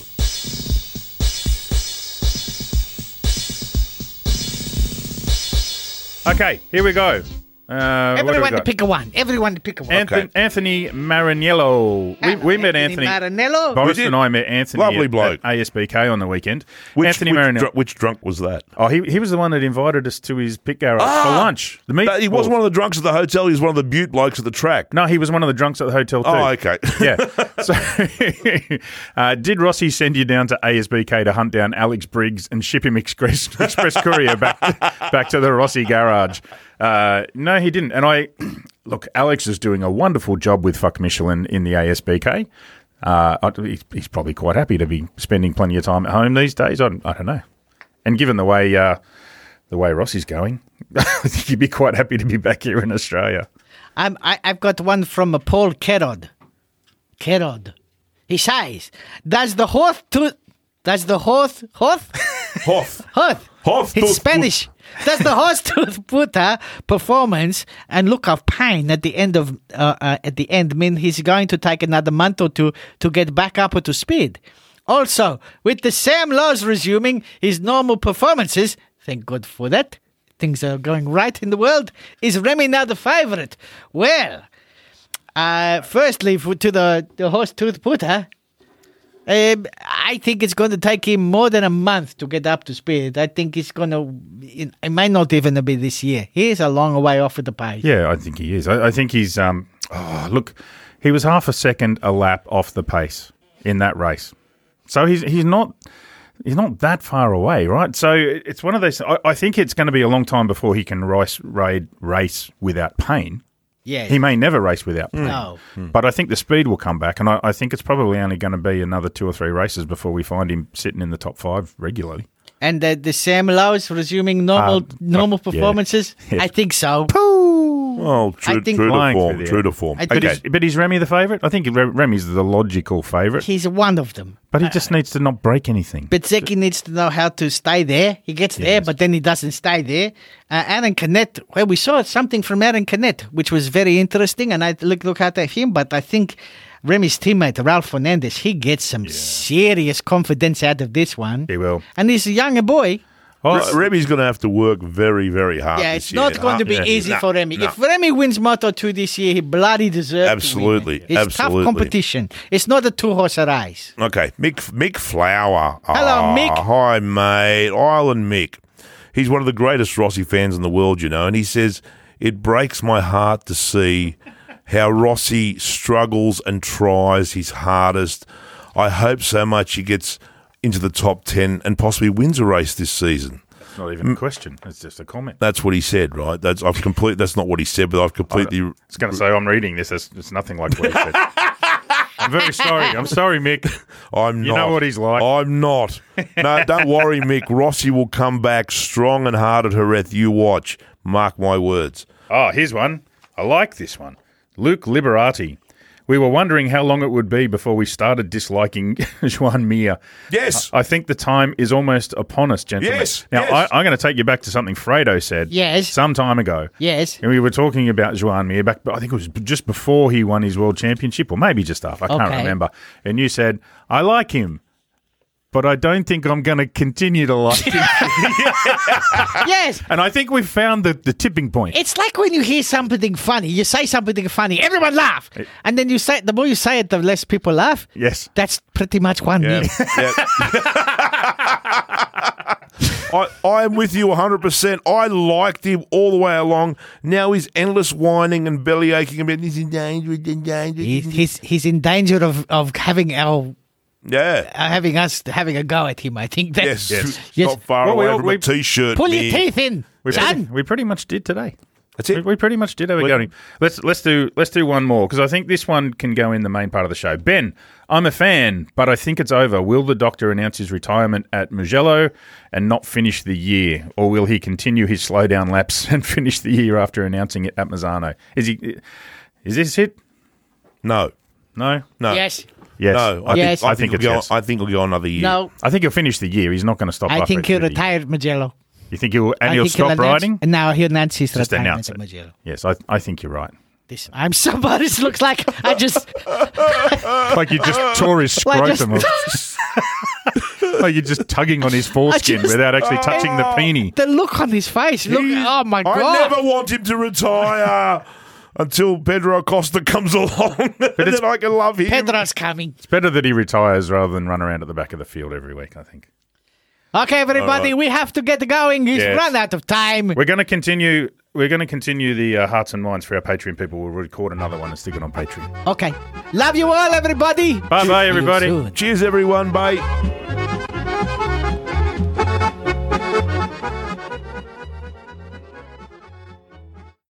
Speaker 1: Okay, here we go. Uh, what do we
Speaker 3: Everyone to
Speaker 1: got?
Speaker 3: pick a one. Everyone to pick a one.
Speaker 1: Anthony,
Speaker 2: Okay.
Speaker 1: Anthony Marinello. We, we met Anthony.
Speaker 3: Marinello.
Speaker 1: Boris
Speaker 2: We did.
Speaker 1: and I met Anthony.
Speaker 2: Lovely
Speaker 1: at,
Speaker 2: bloke.
Speaker 1: at ASBK on the weekend. Anthony
Speaker 2: which,
Speaker 1: Marinello.
Speaker 2: dru- which drunk was that?
Speaker 1: oh, he, he was the one that invited us to his pit garage for lunch. The meat.
Speaker 2: But Ah, he wasn't one of the drunks at the hotel. He was one of the Butte blokes at the track.
Speaker 1: No, he was one of the drunks at the hotel too.
Speaker 2: Oh, okay.
Speaker 1: yeah. So, uh, did Rossi send you down to ASBK to hunt down Alex Briggs and ship him express express courier back back to the Rossi garage? Uh, no, he didn't. And I look, Alex is doing a wonderful job with Fuck Michelin in the ASBK. Uh, I- he's, he's probably quite happy to be spending plenty of time at home these days. I, don't- I don't know. And given the way uh, the way Rossi's going, I think he'd be quite happy to be back here in Australia.
Speaker 3: I'm, I, I've got one from uh, Paul Kerrod. Kerrod. He says, "Does the horse to? Does the horse horse
Speaker 2: Hoff.
Speaker 3: horse?"
Speaker 2: Horse
Speaker 3: It's
Speaker 2: tooth
Speaker 3: Spanish. Does the horse tooth puta performance and look of pain at the end of uh, uh, at the end mean he's going to take another month or two to get back up to speed? Also, with the Sam Laws resuming his normal performances, thank God for that. Things are going right in the world. Is Remy now the favorite? Well, uh, firstly, for, to the, the horse tooth putter, um, I think it's going to take him more than a month to get up to speed. I think it's going to, it might not even be this year. He's a long way off with the pace.
Speaker 1: Yeah, I think he is. I, I think he's. Um, oh, look, he was half a second a lap off the pace in that race, so he's he's not he's not that far away, right? So it- it's one of those. I, I think it's going to be a long time before he can race raid race without pain.
Speaker 3: Yeah.
Speaker 1: He may never race without pain.
Speaker 3: No.
Speaker 2: Hmm.
Speaker 1: But I think the speed will come back, and I, I think it's probably only going to be another two or three races before we find him sitting in the top five regularly.
Speaker 3: And uh, the Sam Lowes resuming normal
Speaker 1: Um,
Speaker 3: normal
Speaker 1: yeah.
Speaker 3: performances?
Speaker 1: Yeah.
Speaker 3: I think so.
Speaker 2: Well, Oh, true,
Speaker 3: I think-
Speaker 2: true to
Speaker 1: Lying
Speaker 2: form.
Speaker 1: through the
Speaker 2: True
Speaker 1: air.
Speaker 2: to form.
Speaker 3: I
Speaker 1: But,
Speaker 2: Okay.
Speaker 1: is, but is Remy the favourite? I think Re- Remy's the logical favourite,
Speaker 3: He's one of them.
Speaker 1: but he just needs to not break anything.
Speaker 3: Uh, But Zeki needs to know how to stay there. He gets there, but then he doesn't stay there. Uh, Aaron Canet, well, we saw something from Aaron Canet, which was very interesting, and I look look at him. But I think Remy's teammate Ralph Fernandez, he gets some serious confidence out of this one.
Speaker 1: He will. Oh,
Speaker 3: and he's a younger boy.
Speaker 2: Re- Remy's going to have to work very, very hard.
Speaker 3: yeah,
Speaker 2: this
Speaker 3: it's
Speaker 2: year.
Speaker 3: not going to be
Speaker 2: Hard- yeah.
Speaker 3: easy
Speaker 2: Nah,
Speaker 3: for Remy.
Speaker 2: nah.
Speaker 3: If Remy wins Moto Two this year, he bloody deserves. to win it.
Speaker 2: Absolutely,
Speaker 3: it's
Speaker 2: absolutely.
Speaker 3: tough competition. It's not a two horse race.
Speaker 2: Okay, Mick Mick Flower. Ah,
Speaker 3: Hello, Mick.
Speaker 2: Hi, mate. Island Mick. He's one of the greatest Rossi fans in the world, you know, and he says it breaks my heart to see how Rossi struggles and tries his hardest. I hope so much he gets into the top ten and possibly wins a race this season.
Speaker 1: Not even a question. It's just a comment.
Speaker 2: That's what he said, right? That's I've complete. That's not what he said, but I've completely.
Speaker 1: It's going to say I'm reading this. It's, it's nothing like what he said. I'm very sorry. I'm sorry, Mick.
Speaker 2: I'm
Speaker 1: You
Speaker 2: not.
Speaker 1: know what he's like.
Speaker 2: I'm not. No, don't worry, Mick. Rossi will come back strong and hard at Jerez. You watch. Mark my words.
Speaker 1: Oh, here's one. I like this one. Luke Liberati. We were wondering how long it would be before we started disliking Juan Mir.
Speaker 2: Yes.
Speaker 1: I think the time is almost upon us, gentlemen.
Speaker 2: Yes,
Speaker 1: Now,
Speaker 2: yes.
Speaker 1: I, I'm going to take you back to something Fredo said.
Speaker 3: Yes.
Speaker 1: Some time ago.
Speaker 3: Yes.
Speaker 1: And we were talking about Joan Mir back, I think it was just before he won his world championship, or maybe just after. I can't
Speaker 3: Okay.
Speaker 1: remember. And you said, I like him, but I don't think I'm going to continue to like him.
Speaker 3: yes,
Speaker 1: and I think we've found the, the tipping point.
Speaker 3: It's like when you hear something funny, you say something funny, everyone laugh, and then you say the more you say it, the less people laugh.
Speaker 1: Yes.
Speaker 3: that's pretty much one
Speaker 2: Yeah.
Speaker 3: year.
Speaker 2: yeah. I, I am with you 100%. I liked him all the way along. Now he's endless whining and belly aching about this is dangerous, this is dangerous.
Speaker 3: He's, he's, he's in danger of, of having our
Speaker 2: yeah.
Speaker 3: uh, having us having a go at him. I think that
Speaker 2: Yes.
Speaker 1: Yes.
Speaker 3: Yes.
Speaker 2: Not far
Speaker 1: Well, we
Speaker 2: away
Speaker 1: all-
Speaker 2: from
Speaker 1: we-
Speaker 2: a t-shirt.
Speaker 3: pull your
Speaker 2: man.
Speaker 3: teeth in,
Speaker 1: We pretty,
Speaker 3: son.
Speaker 1: we pretty much did today.
Speaker 2: That's it.
Speaker 1: We, we pretty much did have a go. at him. Let's let's do let's do one more because I think this one can go in the main part of the show. Ben, I'm a fan, but I think it's over. Will the doctor announce his retirement at Mugello and not finish the year, or will he continue his slowdown laps and finish the year after announcing it at Mazzano? Is he? Is this it?
Speaker 2: No.
Speaker 1: No.
Speaker 2: No.
Speaker 3: Yes.
Speaker 1: Yes.
Speaker 2: No. I
Speaker 3: Yes.
Speaker 2: think, I
Speaker 1: I
Speaker 2: think,
Speaker 1: think
Speaker 2: it'll go,
Speaker 1: it's yes.
Speaker 2: I think it'll go another year.
Speaker 3: No.
Speaker 1: I think he'll finish the year. He's not going to stop.
Speaker 3: I
Speaker 1: halfway
Speaker 3: think
Speaker 1: through
Speaker 3: he'll
Speaker 1: the year.
Speaker 3: retire Magello.
Speaker 1: You think he'll and
Speaker 3: I
Speaker 1: he'll
Speaker 3: think
Speaker 1: stop
Speaker 3: announce-
Speaker 1: riding?
Speaker 3: And now he announced his
Speaker 1: Just announce
Speaker 3: retirement at
Speaker 1: it.
Speaker 3: Magello.
Speaker 1: Yes, I, I think you're right.
Speaker 3: This I'm somebody. This looks like I just
Speaker 1: Like you just tore his
Speaker 3: Like just-
Speaker 1: scrotum. off. like you're just tugging on his foreskin
Speaker 3: just-
Speaker 1: without actually touching the peenie.
Speaker 3: the look on his face. Look,
Speaker 2: He-
Speaker 3: oh my
Speaker 2: I
Speaker 3: god!
Speaker 2: never want him to retire until Pedro Acosta comes along. and
Speaker 1: it's-
Speaker 2: then I can love him.
Speaker 3: Pedro's coming.
Speaker 1: It's better that he retires rather than run around at the back of the field every week, I think.
Speaker 3: Okay, everybody, we have to get going. He's
Speaker 1: Yes.
Speaker 3: run out of time.
Speaker 1: We're going to continue we're going to continue the uh, hearts and minds for our Patreon people. We'll record another one and stick it on Patreon.
Speaker 3: Okay, love you all, everybody.
Speaker 1: Bye bye
Speaker 3: See you
Speaker 1: everybody.
Speaker 3: soon.
Speaker 2: Cheers, everyone. Bye.